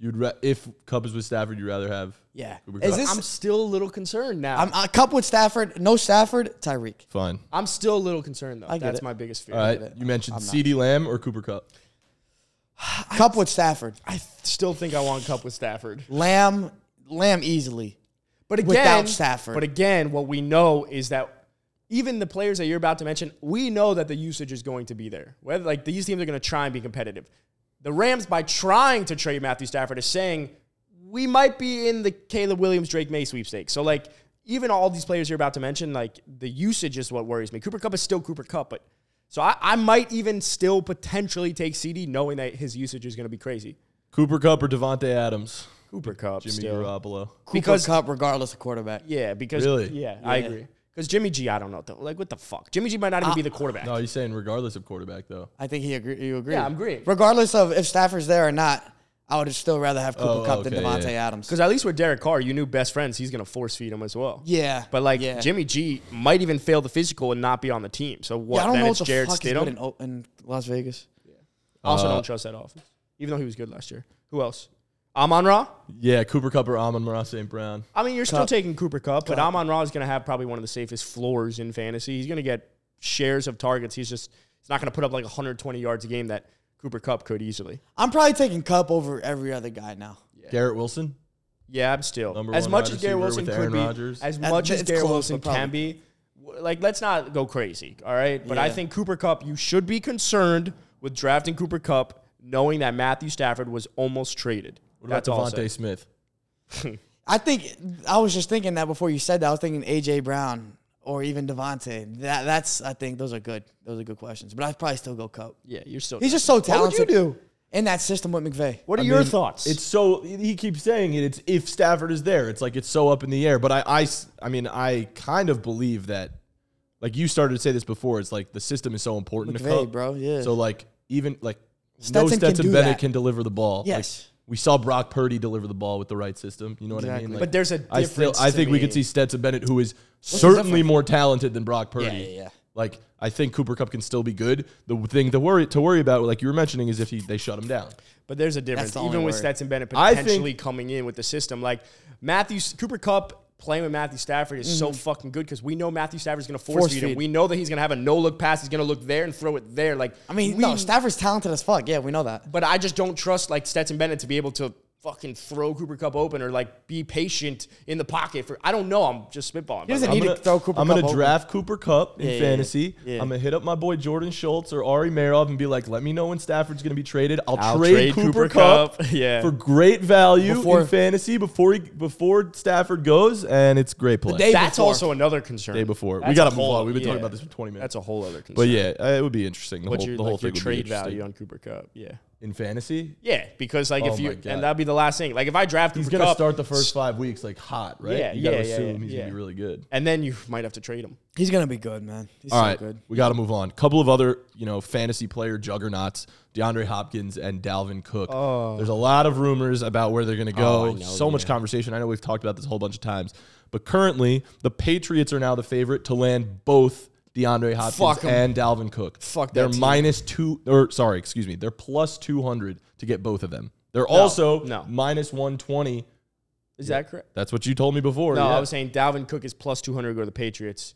You'd ra- if Cup is with Stafford, you'd rather have
Yeah.
Cooper
Is
Kupp.
this
I'm still a little concerned now.
I'm
I'm,
uh, Cup with Stafford? No Stafford, Tyreek.
fine.
still a little concerned though.
I get
That's
it.
my biggest fear.
All right, you mentioned C.D. Lamb or Cooper Cup.
Cup with Stafford.
I still think I want Cup with Stafford.
Lamb, Lamb easily.
But again,
Without Stafford.
But again, what we know is that even the players that you're about to mention, we know that the usage is going to be there. Whether like these teams are going to try and be competitive. The Rams, by trying to trade Matthew Stafford, is saying we might be in the Caleb Williams Drake May sweepstakes. So like even all these players you're about to mention, like the usage is what worries me. Cooper Cup is still Cooper Cup, but so I, I might even still potentially take CD, knowing that his usage is going to be crazy.
Cooper Cup or Devonte Adams,
Cooper Cup,
Jimmy
still.
Garoppolo.
Cooper
Because-
Cup, regardless of quarterback.
Yeah, because
Really?
yeah, I agree. Because Jimmy G, I don't know. Though. Like, what the fuck? Jimmy G might not even be the quarterback.
No, you're saying regardless of quarterback though.
I think he agree. You agree?
Yeah, I'm agreeing.
Regardless of if Stafford's there or not, I would still rather have Cooper
Oh,
Cup
okay,
than Devontae
yeah.
Adams.
Because at least with Derek Carr, you knew best friends, he's gonna force feed him as well.
Yeah,
But like
yeah.
Jimmy G might even fail the physical and not be on the team. So what?
Yeah, I don't
then
know what
it's
the
Jared
fuck is
Stidham.
good in, O- in Las Vegas.
also,
Uh,
don't trust that offense, even though he was good last year. Who else? Amon Ra.
Yeah, Cooper Cup or Amon Ross St. Brown.
I mean, you're still taking Cooper Cup, but Amon Ra is gonna have probably one of the safest floors in fantasy. He's gonna get shares of targets. He's just he's not gonna put up like 120 yards a game that Cooper Cup could easily.
I'm probably taking Cup over every other guy now.
Garrett Wilson.
Yeah, I'm still
Number
as
one
much
wide
as Garrett
receiver
Wilson
with
could
Aaron
be,
Rodgers.
as
That-
much as
it's
Garrett
close,
Wilson
but probably.
can be. w- Like, let's not go crazy, all right? But I
Yeah.
think Cooper Cup, you should be concerned with drafting Cooper Cup, knowing that Matthew Stafford was almost traded.
What about
That's all I'll say.
Devonte Smith?
I think I was just thinking that before you said that. I was thinking AJ Brown or even Devontae. That that's I think those are good. Those are good questions. But I'd probably still go Cup.
Yeah, you're still.
He's just so
What would
talented.
you do?
in that system with McVay?
What are
I
your
mean,
thoughts?
It's so he keeps saying it. It's if Stafford is there. It's like it's so up in the air. But I, I s- I mean, I kind of believe that. Like you started to say this before. It's like the system is so important to
McVay,
Cup,
bro, yeah.
So like even like
Stetson
no
can
Stetson
do
Bennett
that.
can deliver the ball. Like,
Yes.
we saw Brock Purdy deliver the ball with the right system. You know what I mean?
Exactly.
Like,
But there's a
I still
difference
I
to
think we
me.
could see Stetson Bennett, who is certainly more talented than Brock Purdy.
yeah, yeah.
Like I think Cooper Cup can still be good. The thing to worry to worry about, like you were mentioning, is if he they shut him down.
But there's a difference,
the
even
only
with
word.
Stetson Bennett
I think-
potentially coming in with the system. Like Matthew Cooper Cup playing with Matthew Stafford is so fucking good because we know Matthew Stafford's going to force,
Mm-hmm. Force
feed him.
feed.
We know that he's going to have a no look pass. He's going to look there and throw it there. Like
I mean,
we,
no, Stafford's talented as fuck. Yeah, we know that.
but I just don't trust like Stetson Bennett to be able to fucking throw Cooper Cup open or like be patient in the pocket for. I don't know. I'm just spitballing.
doesn't
brother.
need- to throw Cooper
I'm
Kupp
gonna
open.
draft Cooper Cup in
yeah, yeah.
fantasy.
Yeah.
I'm gonna hit up my boy Jordan Schultz or Ari Marov and be like, let me know when Stafford's gonna be traded. I'll,
I'll
trade,
trade
Cooper,
Cooper
Cup,
Kupp, yeah.
for great value
Before-
in fantasy before he, before Stafford goes, and it's great play.
day-
That's
before.
also another concern.
Day before. we
That's
gotta
a
move
whole-
on. We've been
yeah.
talking about this for 20 minutes.
That's a whole other concern.
but yeah, uh, it would be interesting. The
What's
whole,
your,
the whole
like,
thing would
your
be
trade
interesting.
value on Cooper Cup? Yeah.
in fantasy.
Yeah, because like
Oh
if
my
you
God.
and that'd be the last thing. Like if I draft
He's
Cooper
gonna
Kupp,
start the first five weeks like hot, right?
Yeah,
you gotta
yeah, yeah,
assume
yeah,
he's
yeah.
gonna be really good.
and then you might have to trade him.
He's gonna be good, man. He's
All
so
right,
good.
we got to move on. Couple of other, you know, fantasy player juggernauts: DeAndre Hopkins and Dalvin Cook.
Oh.
There's a lot of rumors about where they're going to go. so much conversation. I know we've talked about this a whole bunch of times, but currently the Patriots are now the favorite to land both DeAndre Hopkins
Fuck 'em.
and Dalvin Cook.
Fuck that
They're
team.
minus two, or sorry, excuse me, they're plus two hundred to get both of them. They're also
no.
minus one twenty.
Is that correct?
That's what you told me before.
No,
yeah.
I was saying Dalvin Cook is plus two hundred to go to the Patriots.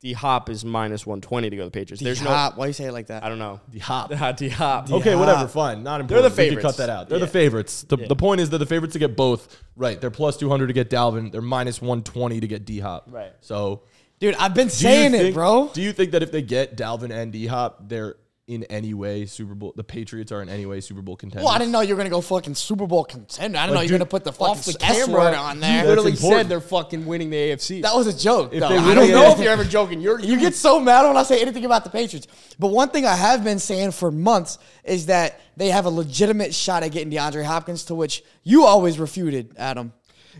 D Hop is minus one twenty to go to the Patriots. There's
Hop, why you say it like that?
no, I don't know.
the Hop.
D Hop.
Okay,
Yeah.
whatever, fine. Not
They're
important.
the
We could
favorites.
cut that out. They're
Yeah.
the favorites. The, the point is they're the favorites to get both. Right. They're plus 200 to get Dalvin. They're minus 120 to get D Hop.
Right.
So,
Dude, I've been
do you
saying
think-
it, bro.
Do you think that if they get Dalvin and D Hop, they're in any way Super Bowl. The Patriots are in any way Super Bowl contenders.
Well, I didn't know you were gonna go fucking Super Bowl contender. I didn't know
Like,
you were
dude,
gonna put the
Off
fucking
the
S
camera,
word on
You
there.
literally said
important.
they're fucking winning the AFC.
that was a joke. Though.
they
I
win
don't
the
know
AFC
if you're
ever joking. You're
You get so mad when I say anything about the Patriots. But one thing I have been saying for months is that they have a legitimate shot at getting DeAndre Hopkins, to which you always refuted, Adam.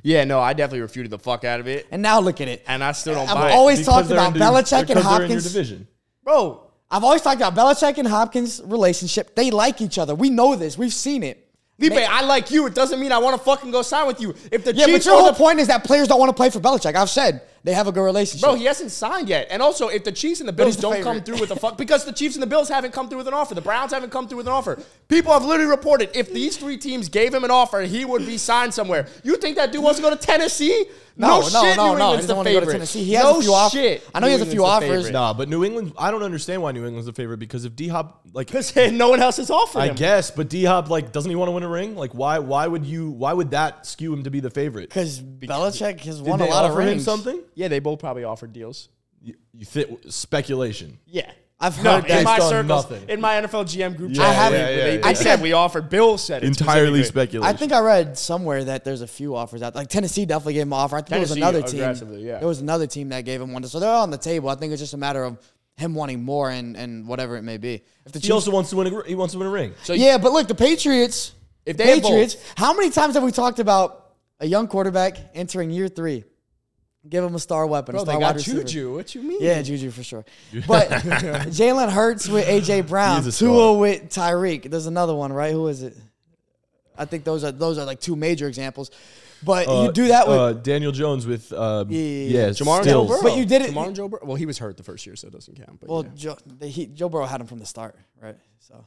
yeah, no, I definitely refuted the fuck out of it,
And now look at it.
and I still don't
I've
buy
Because
always talked
they're
about
in your-
Belichick
because they're in
and
your
Hopkins.
division.
Bro, I've always talked about Belichick and Hopkins' relationship. They like each other. We know this. We've seen it.
it. Lipe, I like you. It doesn't mean I want to fucking go sign with you. If the
Yeah, but
Chiefs
your
are
whole
the
point is that players don't want to play for Belichick. I've said they have a good relationship.
Bro, he hasn't signed yet. And also, if the Chiefs and the Bills
he's the
don't
favorite.
come through with a fuck, because the Chiefs and the Bills haven't come through with an offer, the Browns haven't come through with an offer. People have literally reported if these three teams gave him an offer, he would be signed somewhere. You think that dude wants to go to Tennessee?
No, no,
shit,
no,
New
no. He
England's
doesn't
the
want to go to
favorite.
Tennessee. He has
no
a few off-
shit.
I know he has a
New
few
England's the
offers.
favorite.
Nah, but New England. I don't understand why New England's the favorite because if D Hop like
'Cause no one else has offered
I
him.
guess, but D Hop like doesn't he want to win a ring? Like why why would you why would that skew him to be the favorite? Did
because Belichick has won
they
a lot of
offer him
rings.
something?
Yeah, they both probably offered deals.
You, you thi- speculation.
Yeah.
I've
No,
heard
in
that.
my
Based on
circles,
nothing.
in my NFL GM group
Yeah,
chat,
I haven't-
they-
yeah,
they,
yeah,
they
yeah.
said we offered. Bill said it
Entirely
specifically.
speculation.
I think I read somewhere that there's a few offers out. Like Tennessee definitely gave him an offer. I think there was
Tennessee
another
aggressively,
team.
yeah.
There was another team that gave him one. So they're all on the table. I think it's just a matter of him wanting more and, and whatever it may be. If the
He
Chiefs,
also wants to win a gr- he wants to win a ring.
So
yeah, but look, the Patriots.
If they have
Patriots, how many times have we talked about a young quarterback entering year three? Give him a star weapon. a
Bro,
star
they got
wide receiver.
Juju. What you mean?
Yeah, Juju for sure. But Jalen Hurts with AJ Brown,
He's a
Tua
star.
with Tyreek. There's another one, right? Who is it? I think those are those are like two major examples. But
Uh,
you do that with
uh, Daniel Jones with um, yeah,
yeah, yeah.
Jamar
Stills.
Joe Burrow.
But you did it-
Jamar and Joe Burrow. Well, he was hurt the first year, so it doesn't count. But
well,
yeah.
Joe, the, he, Joe Burrow had him from the start, right? So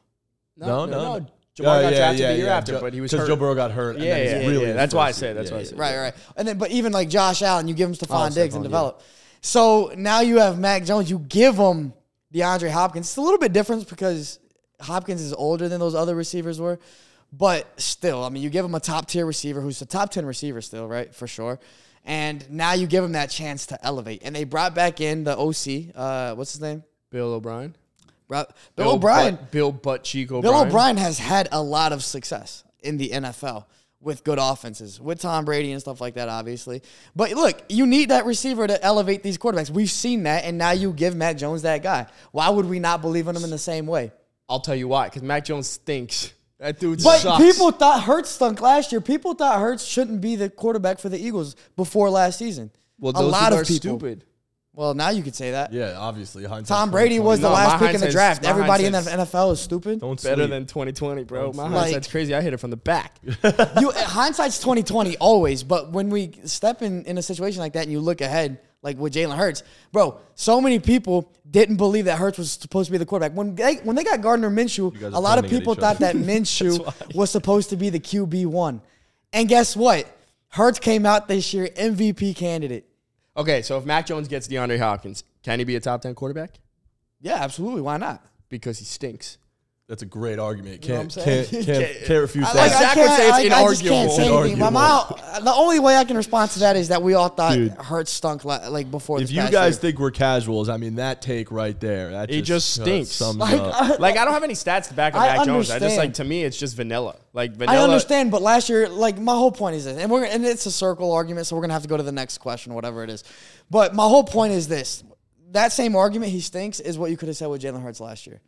No, no, no.
Jamar
Yeah,
got
yeah,
drafted
yeah,
the year
yeah.
after,
Jo-
but he was
'cause
hurt.
Joe Burrow got hurt. and
Yeah,
then he's
yeah, yeah,
really
yeah.
his
That's why I
first
said-
year.
that's
Yeah,
why I
yeah,
said.
yeah.
right, right. And then, but even like Josh Allen, you give him Stephon
Oh,
Diggs and
Stephon,
develop. So now you have Mac Jones. You give him DeAndre Hopkins. It's a little bit different because Hopkins is older than those other receivers were, but still, I mean, you give him a top tier receiver who's a top ten receiver still, right, for sure. And now you give him that chance to elevate. And they brought back in the OC. Uh, what's his name?
Bill O'Brien.
Bro- Bill, O'Brien.
Butt- Bill Butt Cheek O'Brien.
Bill O'Brien has had a lot of success in the NFL with good offenses, with Tom Brady and stuff like that, obviously. But look, you need that receiver to elevate these quarterbacks. We've seen that, and now you give Matt Jones that guy. Why would we not believe in him in the same way?
I'll tell you why, because Mac Jones stinks. That dude
But
sucks.
people thought Hurts stunk last year. People thought Hurts shouldn't be the quarterback for the Eagles before last season.
well,
a
those
lot of
people are
people.
stupid.
Well, now you could say that.
Yeah, obviously. hindsight's
Tom Brady was the
No,
last
my
pick in the
hindsight's-
draft.
my
Everybody in the
hindsight's-
NFL is
20.
stupid.
Don't
Better
sleep.
than 2020, bro. My
sleep.
hindsight's crazy. I hit it from the back.
you hindsight's twenty twenty always, but when we step in in a situation like that and you look ahead, like with Jalen Hurts, bro, so many people didn't believe that Hurts was supposed to be the quarterback. When they when they got Gardner
guys
Minshew,
are
a lot of
pointing at
people
each
thought
other.
that Minshew was supposed to be the QB one, and guess what? Hurts came out this year MVP candidate.
Okay, so if Mac Jones gets DeAndre Hopkins, can he be a top 10 quarterback?
Yeah, absolutely. Why not?
Because he stinks.
That's a great argument. Can't
what I'm
can't
saying?
can't, can't refute
Like,
that.
Zach
I
would
can't,
say
like,
it's
I just can't
inarguable.
say anything. But
Inarguable.
my- the only way I can respond to that is that we all thought
Dude.
Hurts stunk like, like before.
If
this
you
past
guys
year.
think we're casuals, I mean that take right there. That
It just
uh,
stinks.
sums
Like,
up.
I-
Like, I don't have any stats to back up
I
Mac Jones. I just,
understand.
like, to me, it's just vanilla. Like, vanilla.
I understand, but last year, like my whole point is this, and we're and it's a circle argument, so we're gonna have to go to the next question, whatever it is. But my whole point is this: that same argument he stinks is what you could have said with Jalen Hurts last year.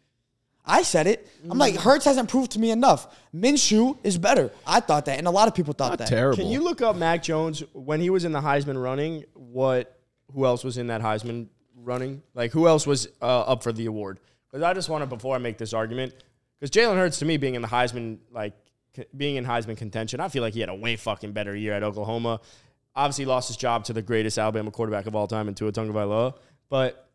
I said it. I'm
Mm-hmm.
like Hurts hasn't proved to me enough. Minshew is better. I thought that, and a lot of people thought that.
Terrible.
Can you look up Mac Jones when he was in the Heisman running? What? Who else was in that Heisman running? Like who else was uh, up for the award? Because I just want to before I make this argument, because Jalen Hurts to me being in the Heisman like c- being in Heisman contention, I feel like he had a way fucking better year at Oklahoma. Obviously, lost his job to the greatest Alabama quarterback of all time in Tua Tagovailoa, but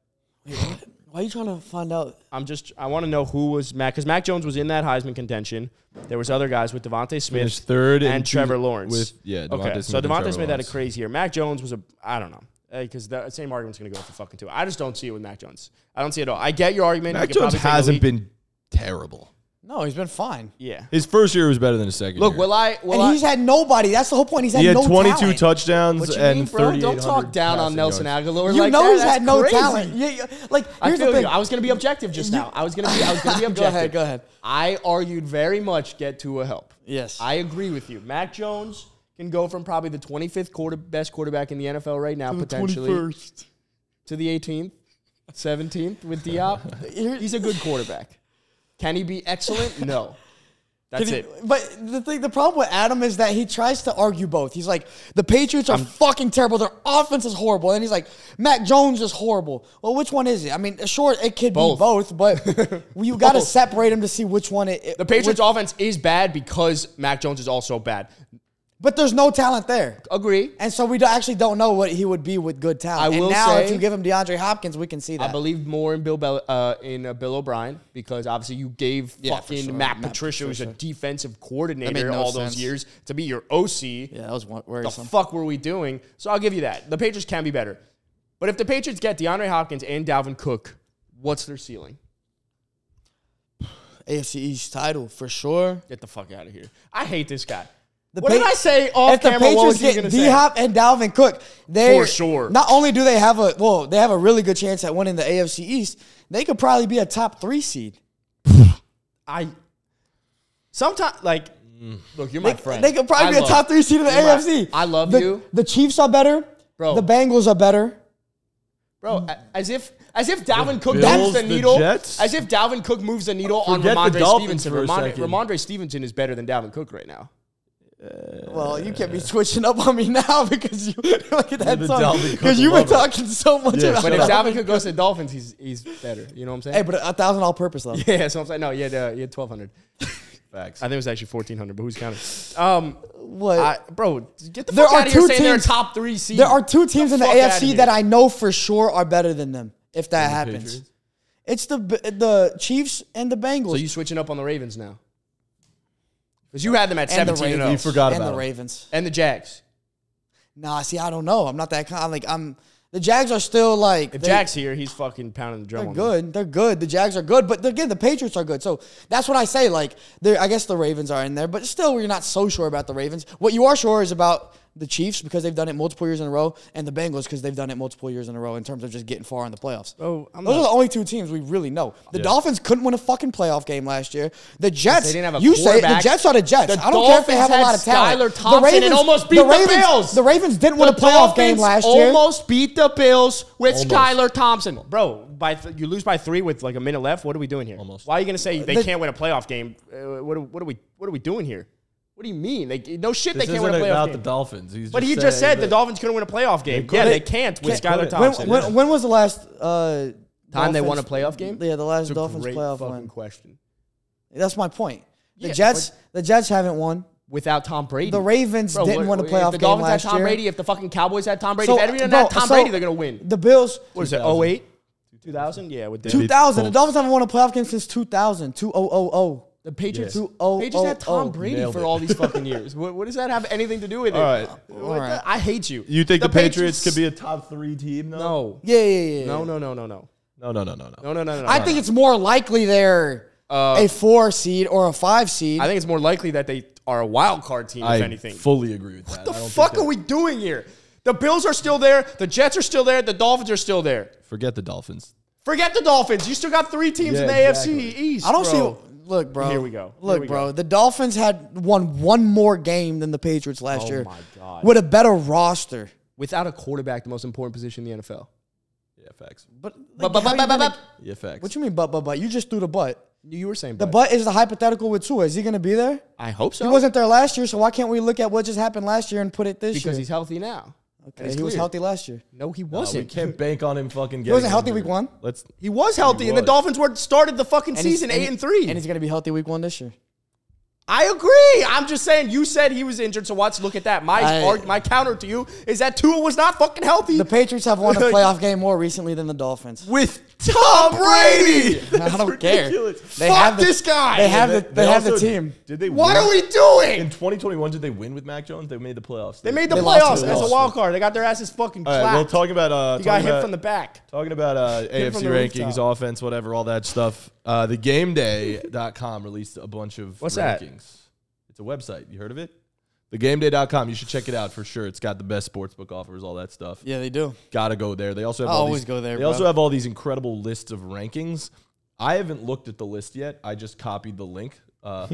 Why are you trying to find out?
I'm just I want to know who was Mac because Mac Jones was in that Heisman contention. There was other guys with Devontae Smith,
Finished third
and
and two-
Trevor Lawrence.
with- yeah, Devontae
okay.
Smith
so
and
Devontae
Trevor
Smith had
Lawrence.
a crazy year. Mac Jones was a I don't know because the same argument's gonna go for fucking two. I just don't see it with Mac Jones. I don't see it at all. I get your argument. He
Mac
could
Jones
probably take a
hasn't
leap.
been terrible.
No, he's been fine.
Yeah.
His first year was better than his second.
Look,
year.
will I? Will
and
I,
he's had nobody. That's the whole point. He's had
he had
no
22
talent.
touchdowns
What you mean,
and
bro?
30.
Don't talk down on Nelson Aguilar.
You
like
know
that.
he's
That's
had no
crazy.
talent. Yeah, yeah. Like
I
here's the
feel
thing.
you. I was gonna be objective just now. I was gonna be. I was gonna be
Go
objective.
ahead, go ahead.
I argued very much get to a help.
Yes.
I agree with you. Mac Jones can go from probably the 25th quarter best quarterback in the NFL right now potentially to the 18th, 17th with Diop. He's a good quarterback. Can he be excellent? No. That's
Can he-
it.
But the thing, the problem with Adam is that he tries to argue both. He's like, the Patriots are fucking terrible. Their offense is horrible, and he's like, Mac Jones is horrible. Well, which one is it? I mean, sure, it could
Both.
be both, but you got to
Both.
separate them to see which one it.
The Patriots' offense is bad because Mac Jones is also bad.
but there's no talent there,
Agree.
and so we don't, actually don't know what he would be with good talent.
I
and
will
now, if
say-
you give him DeAndre Hopkins, we can see that.
I believe more in Bill Bel- uh, in uh, Bill O'Brien because obviously you gave
Yeah, for
fucking
sure.
Matt,
Matt
Patricia, who's a defensive coordinator
no
all
sense.
those years, to be your OC.
yeah, that was one,
The
worrisome.
fuck were we doing? So I'll give you that. The Patriots can be better, but if the Patriots get DeAndre Hopkins and Dalvin Cook, what's their ceiling?
AFC East title for sure.
Get the fuck out of here! I hate this guy.
The
what
Pa-
did I say off
if the
camera? What was
Patriots
you gonna
get
say?
D Hop and Dalvin Cook, they
For sure.
Not only do they have a well, they have a really good chance at winning the AFC East. They could probably be a top three seed.
I sometimes like look, you're my
Mm. They,
friend.
they could probably
I
be a
love-
top three seed in the
You're my-
AFC.
I love
the,
you.
The Chiefs are better,
Bro.
The Bengals are better.
Bro,
Hmm.
a- as if as if Dalvin Cook
Bills,
moves the
the
needle.
Jets?
As if Dalvin Cook moves the needle on
Forget the
Ramondre
Dolphins
Stevenson.
for a
Ramondre,
second.
Ramondre Stevenson is better than Dalvin Cook right now.
Well, you can't be switching up on me now because you look at that
the
song
Dalvin Cook
because you've been
lover.
talking so much
Yeah,
about.
But if
up.
Dalvin Cook goes to the Dolphins, he's he's better. You know what I'm saying?
hey, but a thousand all-purpose though.
yeah, so I'm saying no. Yeah, uh, yeah, 1200.
Facts.
I think it was actually 1400, but who's counting? Um,
What?
I, bro, get the
There
fuck
are
out of here
two
saying they're a
teams-
top three seed.
There are two
Get
teams in the
fuck outta
AFC
here.
that I know for sure are better than them. If that happens,
Patriots?
it's the B- the Chiefs and the Bengals
So you switching up on the Ravens now? Because you had them at
and the
17 and oh.
Ravens.
You
0.
forgot
and
about
the
them.
Ravens.
and the Jags.
Nah, see, I don't know. I'm not that kind. Like I'm. The Jags are still like
If
they-
Jack's here, he's fucking pounding the drum.
They're
on
good.
them.
They're good. The Jags are good, but again, the Patriots are good. So that's what I say. Like, they're- I guess the Ravens are in there, but still, you're not so sure about the Ravens. What you are sure is about the Chiefs because they've done it multiple years in a row, and the Bengals because they've done it multiple years in a row in terms of just getting far in the playoffs.
Oh, I'm
those
not-
are the only two teams we really know. The Dolphins couldn't win a fucking playoff game last year. The Jets,
They didn't have a
you say the
quarterback.
Jets are the Jets.
The
I don't care if they have
Dolphins
a lot
had
of talent.
Skylar Thompson and almost beat the
Ravens,
Bills.
The Ravens didn't win a playoff game
Dolphins
last year.
Almost beat the Bills with
Almost.
Skylar Thompson, bro. By th- you lose by three with like a minute left. What are we doing here?
Almost.
Why are you gonna say they
The-
can't win a playoff game? Uh, what, are, what are we What are we doing here? What do you mean? They, no shit,
This
they can't
isn't
win a playoff
about
game.
the Dolphins. He's
but he
just
just
saying
said the
that-
Dolphins couldn't win a playoff game.
couldn't.
yeah, they can't with
Can't.
Skylar
When,
Thompson.
when, when was the last uh,
Time they won a
Dolphins-
playoff game?
Yeah, the last
It's a
Dolphins
great
playoff
fucking
win.
question.
That's my point. The
Yeah,
Jets, the Jets haven't won.
Without Tom Brady,
The Ravens
Bro,
didn't
what-
win a
if
playoff
The
game
Dolphins
last
had Tom
year.
Brady. If the fucking Cowboys had Tom Brady,
So,
if everyone
bro,
had Tom
so
Brady, they're gonna win.
The Bills,
What is it?
2000.
08? 2000? Yeah, with
Two-
the,
2000. The
Colts.
Dolphins haven't won a playoff game since 2000. 2000.
the Patriots.
Yeah.
They
Two oh
Patriots had
oh
Tom
oh.
Brady
Nailed
for
it.
all these fucking years. What, what does that have anything to do with it?
All right.
What
All
the-
right.
I hate you.
You think the, Patriots, could be a top three team? No,
no.
Yeah, yeah, yeah. yeah.
No, no, no, no, no.
no, no, no, no, no.
No, no, no, no. Uh, no
I think it's more likely they're a four seed or a five seed.
I think it's more likely that they are a wild card team,
I
if anything.
fully agree with that.
what the
I don't think
fuck
that-
are we doing here? The Bills are still there. The Jets are still there. The Dolphins are still there.
Forget the Dolphins.
Forget the Dolphins. You still got three teams
Yeah,
in the AFC
exactly.
East.
I don't
bro.
see. Look, bro.
Here we go. Here
Look,
we
bro.
go.
The Dolphins had won one more game than the Patriots last
Oh
year.
my God.
With a better roster.
Without a quarterback, the most important position in the NFL.
Yeah, facts.
But,
But- but-
how
but-
you
but-
gonna-
but-
Yeah, facts.
What you mean, but but but? You just threw the butt.
You were saying
The
but.
butt is the hypothetical with Tua. Is he going to be there?
I hope so.
He wasn't there last year, so why can't we look at what just happened last year and put it this
because
year?
he's healthy now.
Okay, he was healthy last year.
No, he
No, we
wasn't.
can't bank on him fucking getting.
wasn't healthy
injured.
week one?
Let's.
he was healthy, and the
was.
Dolphins were started the fucking
And he's-
season
and
eight
he-
and three.
and he's going to be healthy week one this year.
I agree. I'm just saying. You said he was injured, so what's look at that? My
I-
arg- my counter to you is that Tua was not fucking healthy.
The Patriots have won a playoff game more recently than the Dolphins.
with Tom Brady.
I don't
ridiculous.
care. They
Fuck
have the,
this guy.
They have the, they have the
also-
team.
Did they?
what
win?
are we
in
doing?
2021? Did they win with Mac Jones? They made the playoffs.
They made the
They lost
playoffs
to the
as a
Dolphins.
wild card. They got their asses fucking
All
clapped.
right. Well, talking about uh,
he got
talking
hit
about-
from the back.
Talking about uh, AFC
from the
rankings,
rooftop.
offense, whatever, all that stuff. Uh, the GameDay.com released a bunch of
What's
rankings.
that?
It's a website. You heard of it? The GameDay.com. You should check it out for sure. It's got the best sportsbook offers, all that stuff.
Yeah, they do.
Gotta go there. They also have
I
all
always
these,
go there,
They
bro.
also have all these incredible lists of rankings. I haven't looked at the list yet. I just copied the link uh,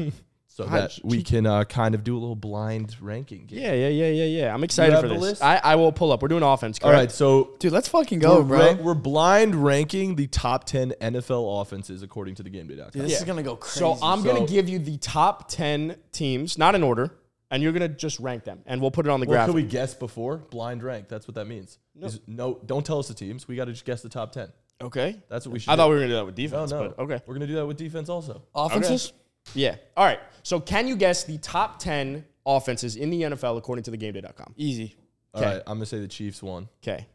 so that we can uh, kind of do a little blind ranking. Game.
Yeah, yeah, yeah, yeah, yeah. I'm excited
have
for
the
this.
list?
I, I will pull up. We're doing offense.
All
Correct?
right. So
Dude, let's fucking go,
we're,
bro.
ra- we're blind ranking the top 10 NFL offenses according to the GameDay.com.
Dude, this
Yeah.
is gonna go crazy.
So uh, I'm
So-
gonna give you the top ten teams, not in order, and you're gonna just rank them, and we'll put it on the
Well,
graph.
could we guess before blind rank? That's what that means. No, no don't tell us the teams. We got to just guess the top ten.
okay.
That's what we should.
I
do.
thought we were gonna do that with
No,
defense,
no.
but okay.
We're gonna do that with defense also.
offenses.
Yeah. All right. So can you guess the top ten offenses in the NFL according to the GameDay.com?
Easy.
All right, I'm gonna say the Chiefs won.
Okay.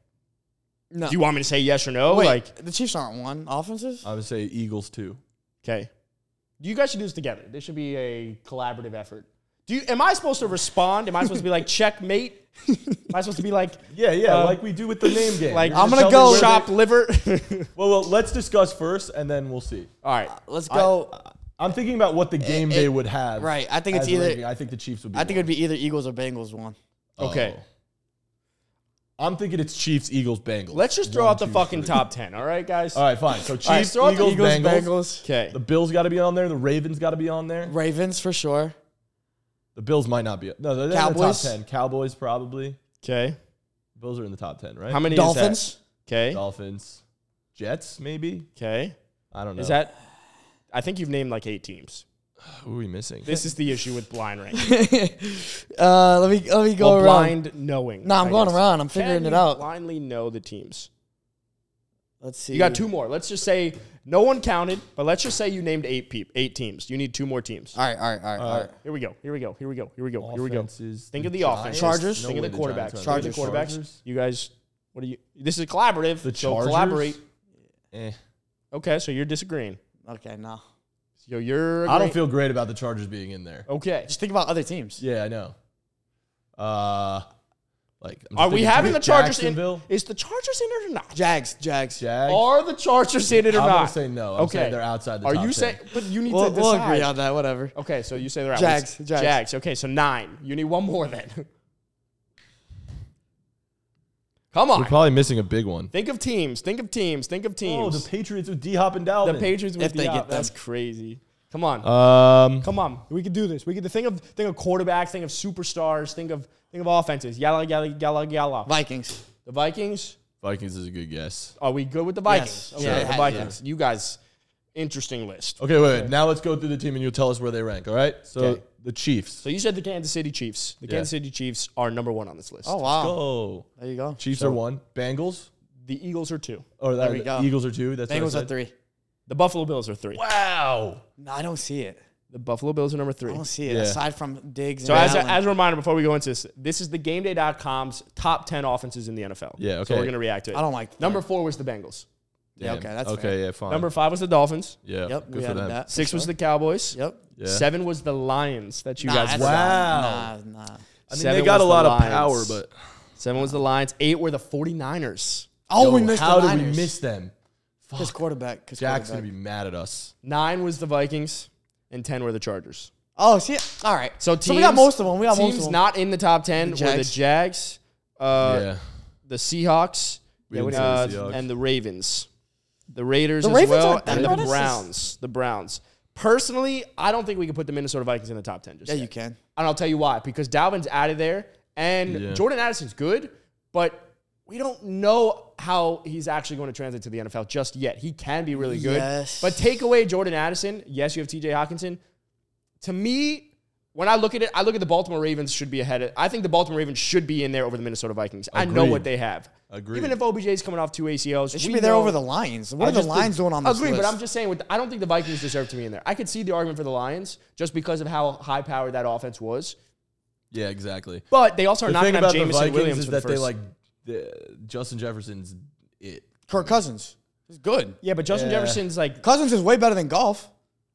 No.
Do you want me to say yes or no?
Wait,
Like,
the Chiefs aren't one. Offenses?
I'm gonna say Eagles two.
okay. You guys should do this together. This should be a collaborative effort. Do you? Am I supposed to respond? Am I supposed to be like checkmate? Am I supposed to be like
Yeah, yeah,
Um,
like we do with the name game.
like
We're
I'm
just
gonna
telling
go
where they-
chop liver?
Well, well, let's discuss first, and then we'll see.
All right.
Let's go.
I'm thinking about what the game day would have.
right, I think it's
as a
either-
ranking. I think the Chiefs would be.
I think it'd be either Eagles or Bengals one.
one.
Okay.
Oh. I'm thinking it's Chiefs, Eagles, Bengals.
Let's just throw out the fucking top ten. All right, guys.
All right, fine. So
right,
Chiefs,
throw out the
Eagles,
Eagles,
Bengals.
Bengals.
Okay.
The Bills got to be on there. The Ravens got to be on there.
Ravens for sure.
The Bills might not be. No, they're they're in the top
Cowboys?
ten. Cowboys probably.
Okay.
Bills are in the top ten, right?
How many
Dolphins.
Is that? Okay.
Dolphins, Jets, maybe.
Okay.
I don't know.
Is that? I think you've named like eight teams.
who are we missing?
This is the issue with blind rank.
uh, let me let me go
Well,
around.
blind knowing.
Nah, I'm
I
going
guess.
around. I'm
Can
figuring it
you
out.
Blindly know the teams.
Let's see.
You got two more. Let's just say no one counted, but let's just say you named eight peop, eight teams. You need two more teams.
All right, all right, all right, all right.
Here we go. Here we go. Here we go. Here we go. Here we go.
Offenses,
Think of the
Giants.
offense.
Chargers?
Think
No
of
way
the
the
quarterbacks.
Giants are.
Think of the quarterbacks.
Chargers.
You guys, what are you? This is collaborative.
The
so
Chargers?
collaborate.
Eh.
Okay, so you're disagreeing.
Okay, no.
So you're.
I don't
agreeing.
feel great about the Chargers being in there.
Okay.
Just think about other teams.
Yeah, I know. Uh, like, I'm just
Are we
thinking
having the Chargers in?
Jacksonville?
Is the Chargers in it or not?
Jags, Jags.
Jags?
Are the Chargers in it or
I'm
not?
gonna say no. I'm saying they're outside the
Are
top 10.
you saying? But you need
We'll,
to
we'll
decide.
agree on that. Whatever.
Okay, so you say they're out.
Jags,
What's-
Jags.
Okay, so nine. You need one more then. Come on.
We're probably missing a big one.
think of teams. Think of teams. Think of
Oh,
teams.
the Patriots with D Hop and Dalvin.
the Patriots with
If they
the
get
out. That's crazy. Come on.
Um,
Come on. We can do this. We can think of think of quarterbacks. Think of superstars. Think of think of offenses. Yalla yalla yalla yalla.
Vikings.
The Vikings.
Vikings is a good guess.
Are we good with the
Yes.
Vikings? Okay,
Sure.
the Vikings. You guys, interesting list.
Okay, wait, wait. Now let's go through the team and you'll tell us where they rank. All right. So
Okay.
the Chiefs.
So you said the Kansas City Chiefs. The
Yeah.
Kansas City Chiefs are number one on this list.
Oh wow.
Oh,
There you go.
Chiefs are one. Bengals
The Eagles are two.
or that,
There we
the
go.
Eagles are two. That's what I
Bengals
said.
at three.
The Buffalo Bills are three.
Wow.
No, I don't see it.
The Buffalo Bills are
I
number three.
don't see it.
Yeah.
Aside from Diggs.
So
and
as a,
Allen.
as a reminder, before we go into this, this is the GameDay.com's top ten offenses in the NFL.
Yeah,
So
okay.
we're gonna react to it.
I don't like
number four was the Bengals.
Yeah, okay, that's
okay.
fair.
Yeah, fine.
Number five was the Dolphins.
yeah.
Yep.
Good
we
for
added
them.
that.
Six was the Cowboys.
Yep.
Yeah.
Seven was the Lions that you
Nah,
guys.
that's
won.
Wow.
Nah, nah.
I mean,
Seven
they got a
was the
lot of
Lions.
power, but
Seven was the Lions. Eight were the 49ers.
Oh, we
Yo,
missed
how
the
did we
Niners.
miss them?
Cause quarterback. Cause
Jack's gonna
quarterback.
be mad at us.
Nine was the Vikings, and ten were the Chargers.
Oh, see, all right.
So teams,
we got most of them. We got
teams
most of them.
not in the top ten
The
were the
Jags.
Jags, uh,
yeah.
the Seahawks,
We didn't
uh,
say the Seahawks.
and the Ravens, the Raiders
The
as
Ravens
well,
aren't
and
bad.
the
This is-
Browns. The Browns. Personally, I don't think we can put the Minnesota Vikings in the top ten. Just
yeah,
yet.
you can.
and I'll tell you why. Because Dalvin's out of there, and
Yeah.
Jordan Addison's good, but we don't know how he's actually going to translate to the NFL just yet. He can be really good,
Yes.
but take away Jordan Addison. Yes, you have T.J. Hawkinson. To me, when I look at it, I look at the Baltimore Ravens should be ahead. Of, I think the Baltimore Ravens should be in there over the Minnesota Vikings. I know
Agreed.
what they have.
Agreed.
Even if OBJ is coming off two ACLs,
They should
we
be there
know-
over the Lions. What
I
are the
just
Lions
think-
doing on this
Agreed,
list?
but I'm just saying. With I don't think the Vikings deserve to be in there. I could see the argument for the Lions just because of how high powered that offense was.
Yeah, exactly.
But they also are
The
not going
thing
to have
about the
Jameson
Vikings
Williams
is
for the
that they
first-
like the, Justin Jefferson's it.
Kirk Cousins. He's good.
Yeah, but Justin
Yeah.
Jefferson's like
Cousins is way better than golf.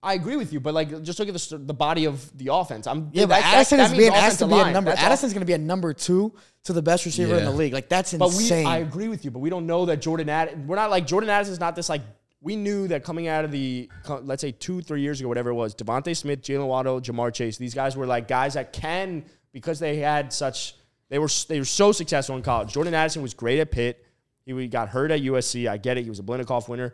I agree with you, but like just look at the st- the body of the offense. I'm
Yeah,
that-
but
that-
Addison
that
is
means
being asked to
offensive
be a
line.
number.
That's
Addison's going to be a number two to the best receiver in the
Yeah.
league. Like that's
But we,
insane.
I agree with you, but we don't know that Jordan Addison. We're not like Jordan Addison's not this like. We knew that coming out of the, co- let's say two, three years ago, whatever it was, Devontae Smith, Jalen Waddle, Jamar Chase, these guys were like guys that can because they had such, they were s- they were so successful in college. Jordan Addison was great at Pitt. He we got hurt at USC. I get it. He was a Blennikoff winner.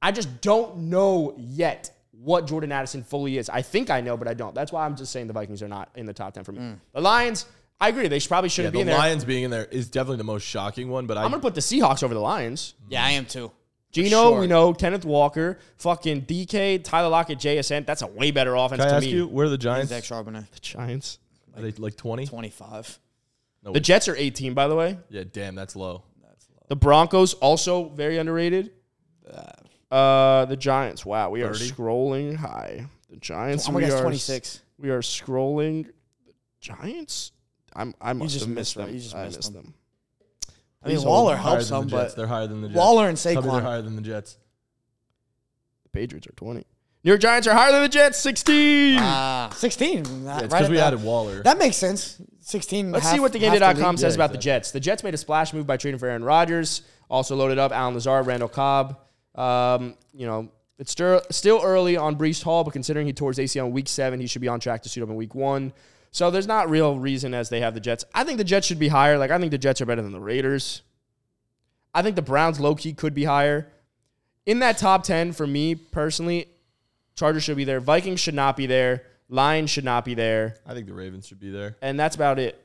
I just don't know yet what Jordan Addison fully is. I think I know, but I don't. That's why I'm just saying the Vikings are not in the top ten for me. The Lions, I agree. They sh- probably
Mm. Yeah,
shouldn't be
the
in there.
Lions being in there is definitely the most shocking one. But I,
I'm gonna put the Seahawks over the Lions.
yeah, I am too.
Gino,
sure.
we know Kenneth Walker, fucking DK, Tyler Lockett, JSN. That's a way better offense
can I
to
ask
me.
you where are the Giants?
Zach Charbonnet,
The Giants.
Are they like twenty?
twenty five.
No,
The Jets are 18, by the way.
yeah, damn, that's low.
The Broncos also very underrated. Uh, the Giants. Wow, we are
30.
scrolling high. The Giants.
I'm
we
against
are
twenty six.
We are scrolling. The Giants. I'm. I must
just
have
missed
missed
them.
them.
You just
I
missed
missed
them.
them.
I mean,
These are
Waller
higher
helps
than
them,
the Jets.
but
they're higher than the Jets.
Waller and
Tell me they're
Saquon.
higher than the Jets.
The Patriots are 20. New York Giants are higher than the Jets. 16.
Ah, sixteen.
Yeah,
Because
it's because we added Waller.
That makes sense. Sixteen.
Let's
Mm, half-
see what
half
theGator.com
league.
says
Yeah,
about the
exactly.
Jets. The Jets made a splash move by trading for Aaron Rodgers. Also loaded up Alan Lazard, Randall Cobb. Um, you know, it's stir- still early on Brees Hall, but considering he tore his ACL in Week Seven, he should be on track to suit up in Week One. So there's not real reason as they have the Jets. I think the Jets should be higher. Like I think the Jets are better than the Raiders. I think the Browns low key could be higher. In that top ten, for me personally, Chargers should be there. Vikings should not be there. Lions should not be there
I think the Ravens should be there.
and that's about it.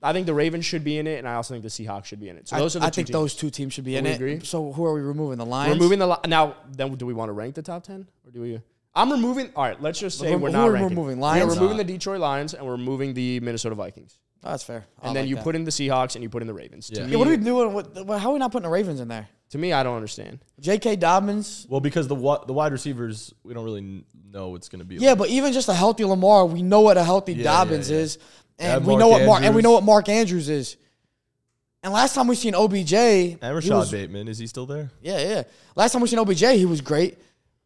I think the Ravens should be in it, and I also think the Seahawks should be in it. So
I,
those are the
I
two
think
teams.
those two teams should be in
we
it.
agree?
So who are we removing? The Lions.
We're moving the li- now. Then do we want to rank the top ten, or do we? I'm removing. All right, let's just say
Who-
we're
who
not
are we
ranking.
removing?
We're
Lions?
removing the Detroit Lions, and we're removing the Minnesota Vikings,
Oh, that's fair.
and then you put in the Seahawks, and you put in the Ravens.
Yeah.
To, me,
Yeah, what are we doing? What, what- how are we not putting the Ravens in there?
to me, I don't understand.
J.K. Dobbins.
Well, because the wi- the wide receivers, we don't really kn- know what's going to be.
Yeah, but even just a healthy Lamar, we know what a healthy
Yeah,
Dobbins
yeah, yeah.
is, and
Add
we
Mark
know what Mark and we
Andrews.
know what Mark Andrews is. And last time we seen OBJ, he
and Rashad
was-
Bateman is he still there?
yeah, yeah. Last time we seen OBJ, he was great.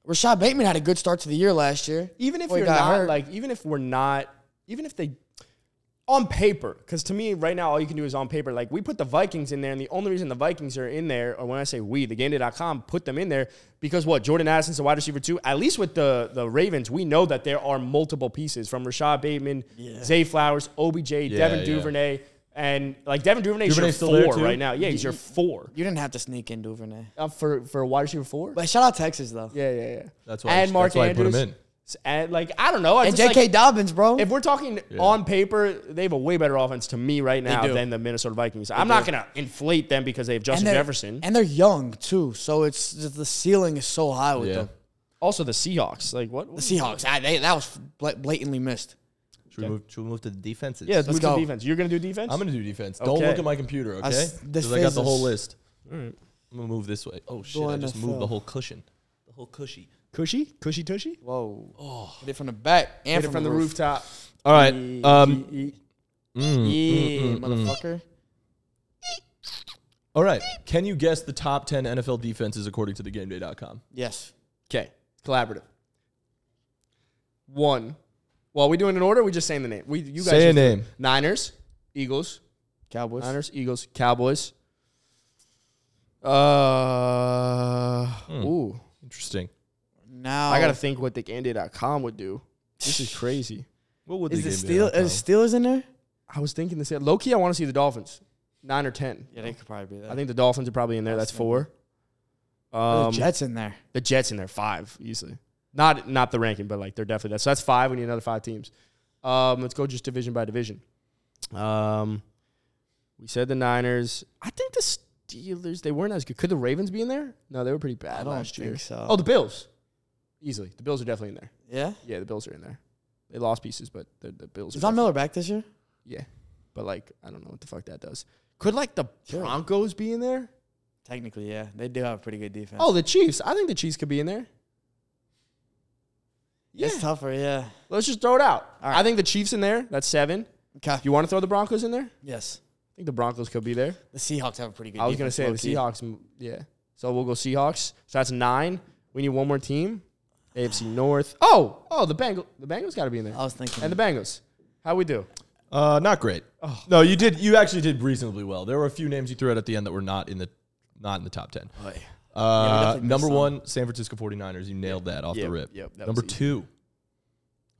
Rashad Bateman had a good start to the year last year.
Even if
Well, he
you're
got
not
hurt.
like, even if we're not, even if they. On paper, because to me right now all you can do is on paper. Like we put the Vikings in there, and the only reason the Vikings are in there, or when I say we, the GameDay.com put them in there because what Jordan Addison's a wide receiver too. At least with the the Ravens, we know that there are multiple pieces from Rashad Bateman, Zay Flowers, OBJ, Devin
yeah.
Duvernay, and like Devin Duvernay is your
Duvernay's still there,
four
too?
right now. Yeah, he's your four
You didn't have to sneak in Duvernay,
uh, for for a wide receiver four.
but shout out Texas though,
Yeah, yeah, yeah.
That's why I-
And Mark
that's why I put him
Andrews.
in.
S- And like I don't know. I
and
just, like,
J.K. Dobbins, bro.
if we're talking on paper, they have a way better offense to me right now
do.
than the Minnesota Vikings. I'm not going to inflate them because they have Justin
they're-
Jefferson.
and they're young too, so it's just the ceiling is so high with
Yeah.
them.
Also, the Seahawks. Like what?
The Seahawks, I, they, that was bla- blatantly missed.
Should we move? Should we move to the defenses?
yeah, let's
Let's
move to
go.
defense. You're going to do defense.
I'm gonna do defense. Don't
Okay.
look at my computer, okay?
s- this
Because I got the whole
is-
list. I'm gonna move this way. Oh shit! I
Going
just
to
moved
fill.
the whole cushion, the whole cushy.
cushy, cushy, tushy.
Whoa! Oh. Hit it from the back and
Hit it from the
roof.
rooftop.
All right.
E-
Um,
e- e-
Yeah,
Mm,
motherfucker.
all right. Can you guess the top ten NFL defenses according to thegameday.com?
Yes.
Okay, collaborative. One. Well, are we doing an order? Or we just saying the name. We you guys
Say a
just do it.
name.
Niners, Eagles,
Cowboys.
Niners, Eagles, Cowboys. Uh,
Hmm.
ooh.
Interesting.
Now
I gotta think what thecandy.com would do. This is crazy.
What would
Is
the
the
Game Day
Steel
dot com?
is Steelers in there?
I was thinking this. Low key, I want to see the Dolphins. Nine or ten.
Yeah, they could probably be there.
I think the Dolphins are probably in there. That's four.
the
Um,
Jets in there.
the Jets in there, five easily. Not not the ranking, but like they're definitely that. So that's five. We need another five teams. Um, let's go just division by division. Um, we said the Niners. I think the Steelers. They weren't as good. Could the Ravens be in there? No, they were pretty bad
don't
last year.
think so.
Oh, the Bills. Easily, the Bills are definitely in there.
Yeah.
Yeah, the Bills are in there. They lost pieces, but the, the Bills.
Is
are
Von
definitely-
Miller back this year?
Yeah, but like I don't know what the fuck that does. Could like the Broncos be in there?
Technically, yeah. They do have a pretty good defense.
Oh, the Chiefs. I think the Chiefs could be in there. Yeah,
It's tougher, yeah.
let's just throw it out.
All right.
I think the Chiefs in there. That's seven.
Okay.
You want to throw the Broncos in there? I
Yes.
think the Broncos could be there.
The Seahawks have a pretty good
I was gonna
defense,
say the
low-key.
Seahawks. m- Yeah. So we'll go Seahawks. So that's nine. We need one more team. AFC North. Oh, oh, the Bengals. The Bengals got to be in there.
Oh.
I was thinking.
And the Bengals. How we do?
Uh, not great. No, you did. You actually did reasonably well. There were a few names you threw out at the end that were not in the not in the top ten. Uh,
definitely missed
number
some.
one, San Francisco 49ers. You nailed that off
Yep,
the rip.
yep, that
number
was easy.
two,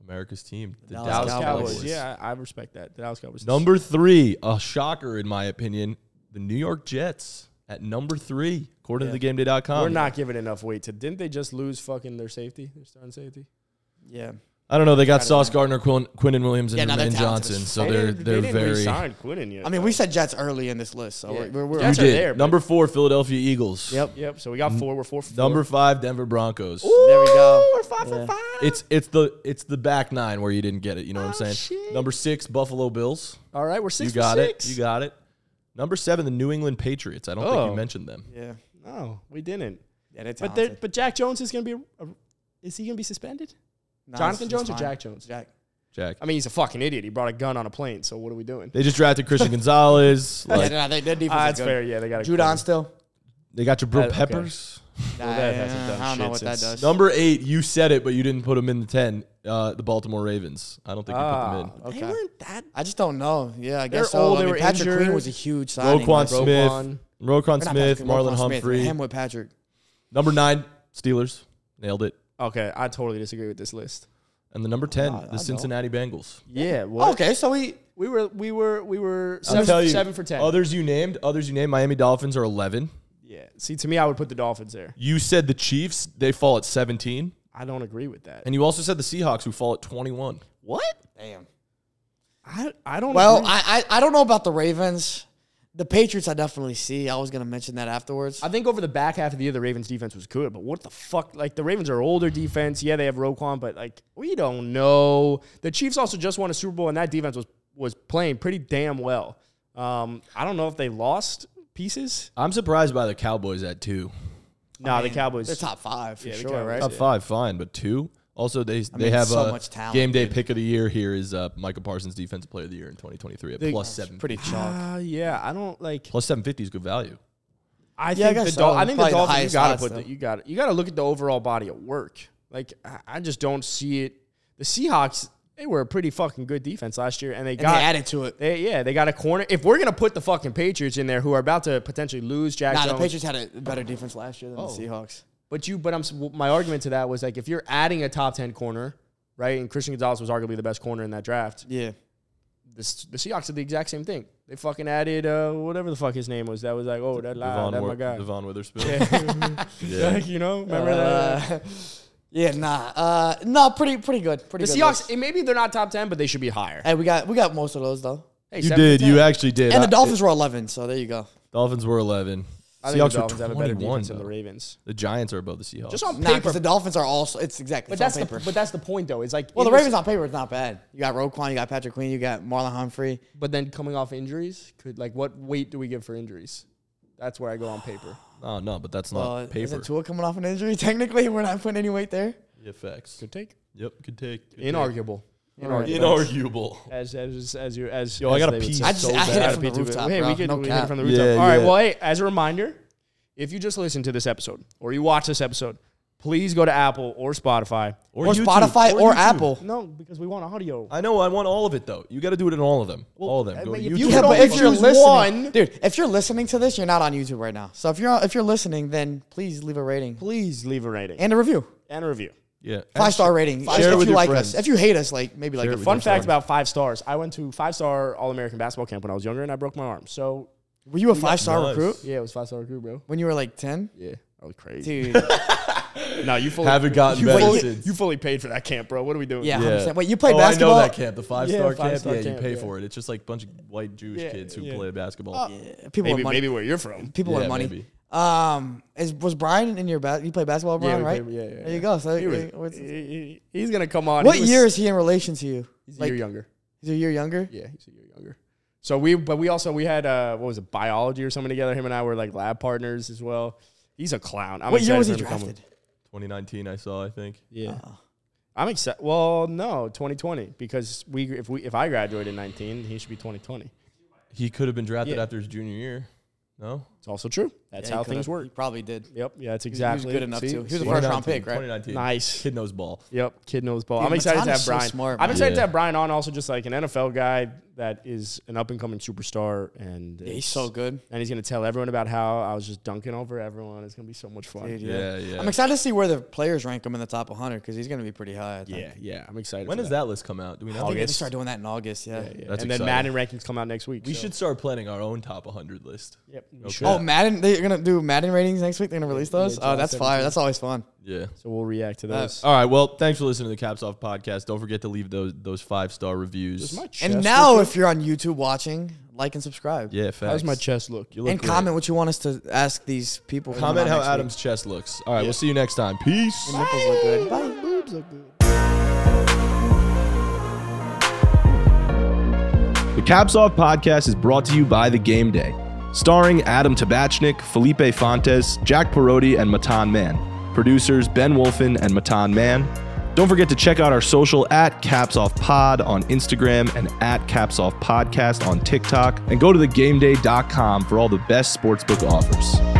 America's team, the
Dallas
Dallas,
Cowboys.
Cowboys.
Yeah, I I respect that. The Dallas Cowboys.
Number three, a shocker in my opinion, the New York Jets at number three, according to the GameDay.com.
We're not giving enough weight to. Didn't they just lose fucking their safety? Their starting safety.
Yeah.
I don't know. They got Sauce Gardner, Quinn, Quinn and Williams, and
Yeah, no, they're
Jermaine
talented as
Johnson,
fuck.
so they're they're very.
signed Quinnen yet.
I mean, we said Jets early in this list, so
Yeah.
we're, we're,
You
Jets are
did.
there, but-
number four, Philadelphia Eagles.
Yep.
Yep. So we got four. We're four for four.
Number five, Denver Broncos.
There we go.
We're five
Yeah.
for five.
It's it's the it's the back nine where you didn't get it. You know what I'm saying?
Oh, shit.
Number six, Buffalo Bills.
All right. We're six.
you got
for six.
it. You got it. Number seven, the New England Patriots. I don't think
Oh.
you mentioned them.
Yeah.
No, we didn't.
Yeah, they're
But there,
talented.
but Jack Jones is gonna be. A, is he gonna be suspended?
Nah,
Jonathan
it's- it's
Jones or
fine.
Jack Jones?
Jack.
Jack.
I mean, he's a fucking idiot. He brought a gun on a plane. So what are we doing?
They just drafted Christian Gonzalez.
Yeah,
Like,
no, they, their defense
Ah,
is
that's
good.
fair. Yeah, they got a
Judon still?
they got Jabril
Uh, okay.
Peppers.
Nah,
that hasn't done
I don't know
shit
what that
since-
does.
Number eight, you said it, but you didn't put them in the ten. Uh, the Baltimore Ravens. I don't think you put them in.
Ah, okay.
They
They weren't that.
I just don't know. Yeah, I guess so.
old,
I
they
mean,
were
Patrick Queen
injured.
was a huge signing.
Roquan
Like,
Smith,
Roquan.
Roquan
or not
Smith,
Patrick,
Marlon
Roquan Smith,
Humphrey.
Him with Patrick.
Number nine, Steelers. Nailed it.
Okay, I totally disagree with this list.
And the number ten,
Oh, I
the Cincinnati Bengals.
Yeah. What?
Oh, Okay, so we
We were we were we were
I'll
seven,
tell you,
seven for ten.
Others you named, others you named. Miami Dolphins are eleven.
yeah. See, to me, I would put the Dolphins there.
You said the Chiefs, they fall at 17.
I don't agree with that.
And you also said the Seahawks, who fall at 21.
What?
damn.
I I don't.
Well,
agree.
I, I I don't know about the Ravens. The Patriots, I definitely see. I was gonna mention that afterwards.
I think over the back half of the year, the Ravens defense was good, but what the fuck? Like the Ravens are older defense. Yeah, they have Roquan, but like we don't know. The Chiefs also just won a Super Bowl, and that defense was was playing pretty damn well. Um, I don't know if they lost pieces.
I'm surprised by the Cowboys at two.
Nah, the
mean,
Cowboys.
They're top five for
Yeah, the
sure,
Cowboys.
right?
Top five, fine, but two. Also, they, they
mean,
have
so
a
much talent,
game day pick of the year here is uh, Michael Parsons, Defensive Player of the Year in 2023 at
They-
plus seven.
Pretty chalk.
Uh, yeah, I don't like.
Plus 750 is good value.
Yeah,
I
I
think
guess
the
so.
Dol- I think the
Probably the
Dolphins. you
highest
gotta
odds,
put
though.
the, you got you gotta look at the overall body of work. Like I, I just don't see it. The Seahawks they were a pretty fucking good defense last year, and they
And
got
they added to it.
They, yeah, they got a corner. If we're gonna put the fucking Patriots in there, who are about to potentially lose Jack
Nah, the
Jones,
Patriots had a better defense last year than the Seahawks.
but you, but I'm s- my argument to that was like if you're adding a top ten corner, right? And Christian Gonzalez was arguably the best corner in that draft.
Yeah.
The, S- the Seahawks did the exact same thing. They fucking added uh, whatever the fuck his name was. That was like, oh, that lie,
Devon,
that
Wa-
my guy.
Devon Witherspoon.
Yeah. Like, you know, remember that?
Uh, yeah, nah. Uh, no, pretty pretty good. Pretty
The
good.
Seahawks,
list.
eh, maybe they're not top 10, but they should be higher.
Hey, we got we got most of those though.
Hey,
You
seven
did.
for 10.
You actually did.
And the
I-
Dolphins were eleven, so there you go.
Dolphins were 11.
I think
Seahawks
the Dolphins
were
have a better
21.
defense than the
though.
Ravens.
the Giants are above the Seahawks.
Just on
Nah,
paper.
because the Dolphins are also it's exactly.
but,
It's on
that's the,
paper.
but that's the point, though. It's like.
well, the
it was-
Ravens on paper it's not bad. You got Roquan, you got Patrick Queen, you got Marlon Humphrey.
But then coming off injuries, could like what weight do we give for injuries? That's where I go on paper.
oh, no, but that's not
Uh,
paper.
Isn't Tua coming off an injury? Technically, we're not putting any weight there.
Yeah, facts.
Good take.
Yep, good take. Good take.
Inarguable. Inarguable.
Inarguable.
As as as you as
Yo, I
as
gotta
they would
pee
say.
I
just- so I
gotta
hit it
gotta
from the
pee too.
rooftop,
Hey,
bro.
we can
No
we hit it
cap.
from the rooftop. All
Yeah,
right.
yeah.
Well, hey, as a reminder, if you just listen to this episode or you watch this episode, please go to Apple or Spotify.
Or, Spotify or,
YouTube.
Apple.
No, because we want audio.
I know. I want all of it though. You got to do it in all of them. all of them.
I
Go to
mean,
YouTube.
if you
yeah,
could
but
only
if you're
choose
listening,
one-
dude, if you're listening to this, you're not on YouTube right now. So if you're if you're listening, then please leave a rating
Please leave a rating
and a review,
and a review.
yeah.
five star rating.
Share it
if
with
you
your
like
friends.
us, if you hate us, like maybe like
Share
a
it with
Fun
your
fact
friends.
about five stars: I went to five star All American basketball camp when I was younger, and I broke my arm. So
Were you a five star
Nice.
recruit
yeah, it was five star group, bro.
when you were like ten?
Yeah, I was crazy.
Dude,
No, you fully
Haven't gotten
you
better
fully,
since.
You fully paid for that camp, bro. What are we doing?
yeah,
Yeah.
100%. Wait, you played
oh,
basketball?
I know that camp, the five star
Yeah,
camp.
five-star
yeah,
camp,
you pay
yeah.
for it. It's just like a bunch of white Jewish
Yeah,
kids who
yeah. Uh,
play basketball.
People with
Maybe
money.
maybe where you're from.
People with
Yeah,
money.
maybe.
Um, is was Brian in your bas- you play basketball, Brian,
Yeah, we
right?
played- yeah, yeah.
There you go. So
He was-
uh, what's-
he- he- he's gonna come on.
what
He was-
year is he in relation to you?
He's a
Like,
year younger.
he's a year younger.
Yeah, he's a year younger. So we, but we also we had uh, what was it, biology or something together. Him and I were like lab partners as well. He's a clown. I'm
what year
excited
was he
for him to come.
drafted?
2019, I saw. I think.
Yeah,
Uh-huh.
I'm excited. Well, no, 2020 because we if we if I graduated in 19, he should be 2020.
He could have been drafted
Yeah.
after his junior year. No,
It's also true. That's
Yeah, he
how
could've-
things work.
He probably did.
Yep. Yeah, that's
He was
exactly.
good enough
See?
to. He was a
See?
first round pick, right?
2019.
Nice.
Kid knows ball.
Yep, kid knows ball.
Dude,
I'm excited to
Matan's
have
so
Brian.
smart,
I'm
man.
excited to
Yeah.
have Brian on, also just like an NFL guy that is an up and coming superstar, and
Yeah, he's
it's-
so good.
And he's gonna tell everyone about how I was just dunking over everyone. It's gonna be so much fun.
Dude, yeah.
Yeah, yeah.
I'm excited to see where the players rank him in the top 100 because he's going to be pretty high. I think.
yeah, yeah, I'm excited.
when
for
does that list come out? Do we know?
I think they
August.
start doing that in August. Yeah.
Yeah,
That's
and
exciting.
then Madden rankings come out next week.
We
so-
should start planning our own top 100 list.
Yep. we
Okay.
should.
Oh, Madden. They're going to do Madden ratings next week. They're going to release those.
July
oh, that's fire.
17th.
That's always fun.
Yeah.
So we'll react to those.
Uh,
All right. Well, thanks for listening to the Caps Off podcast. Don't forget to leave those those five star reviews.
and now, if you're on YouTube watching, like and subscribe.
yeah, facts.
how's my chest look?
You look
And
great.
comment what you want us to ask these people. coming
Comment
on
how
next week.
Adam's chest looks. All right. We'll see you next time. Peace.
nipples look good. Bye.
Boobs look good.
The Caps Off podcast is brought to you by The Game Day, starring Adam Tabachnik, Felipe Fontes, Jack Parodi, and Matan Mann. Producers Ben Wolfen and Matan Mann. Don't forget to check out our social at Caps Off Pod on Instagram and at Caps Off Podcast on TikTok. And go to thegameday.com for all the best sportsbook offers.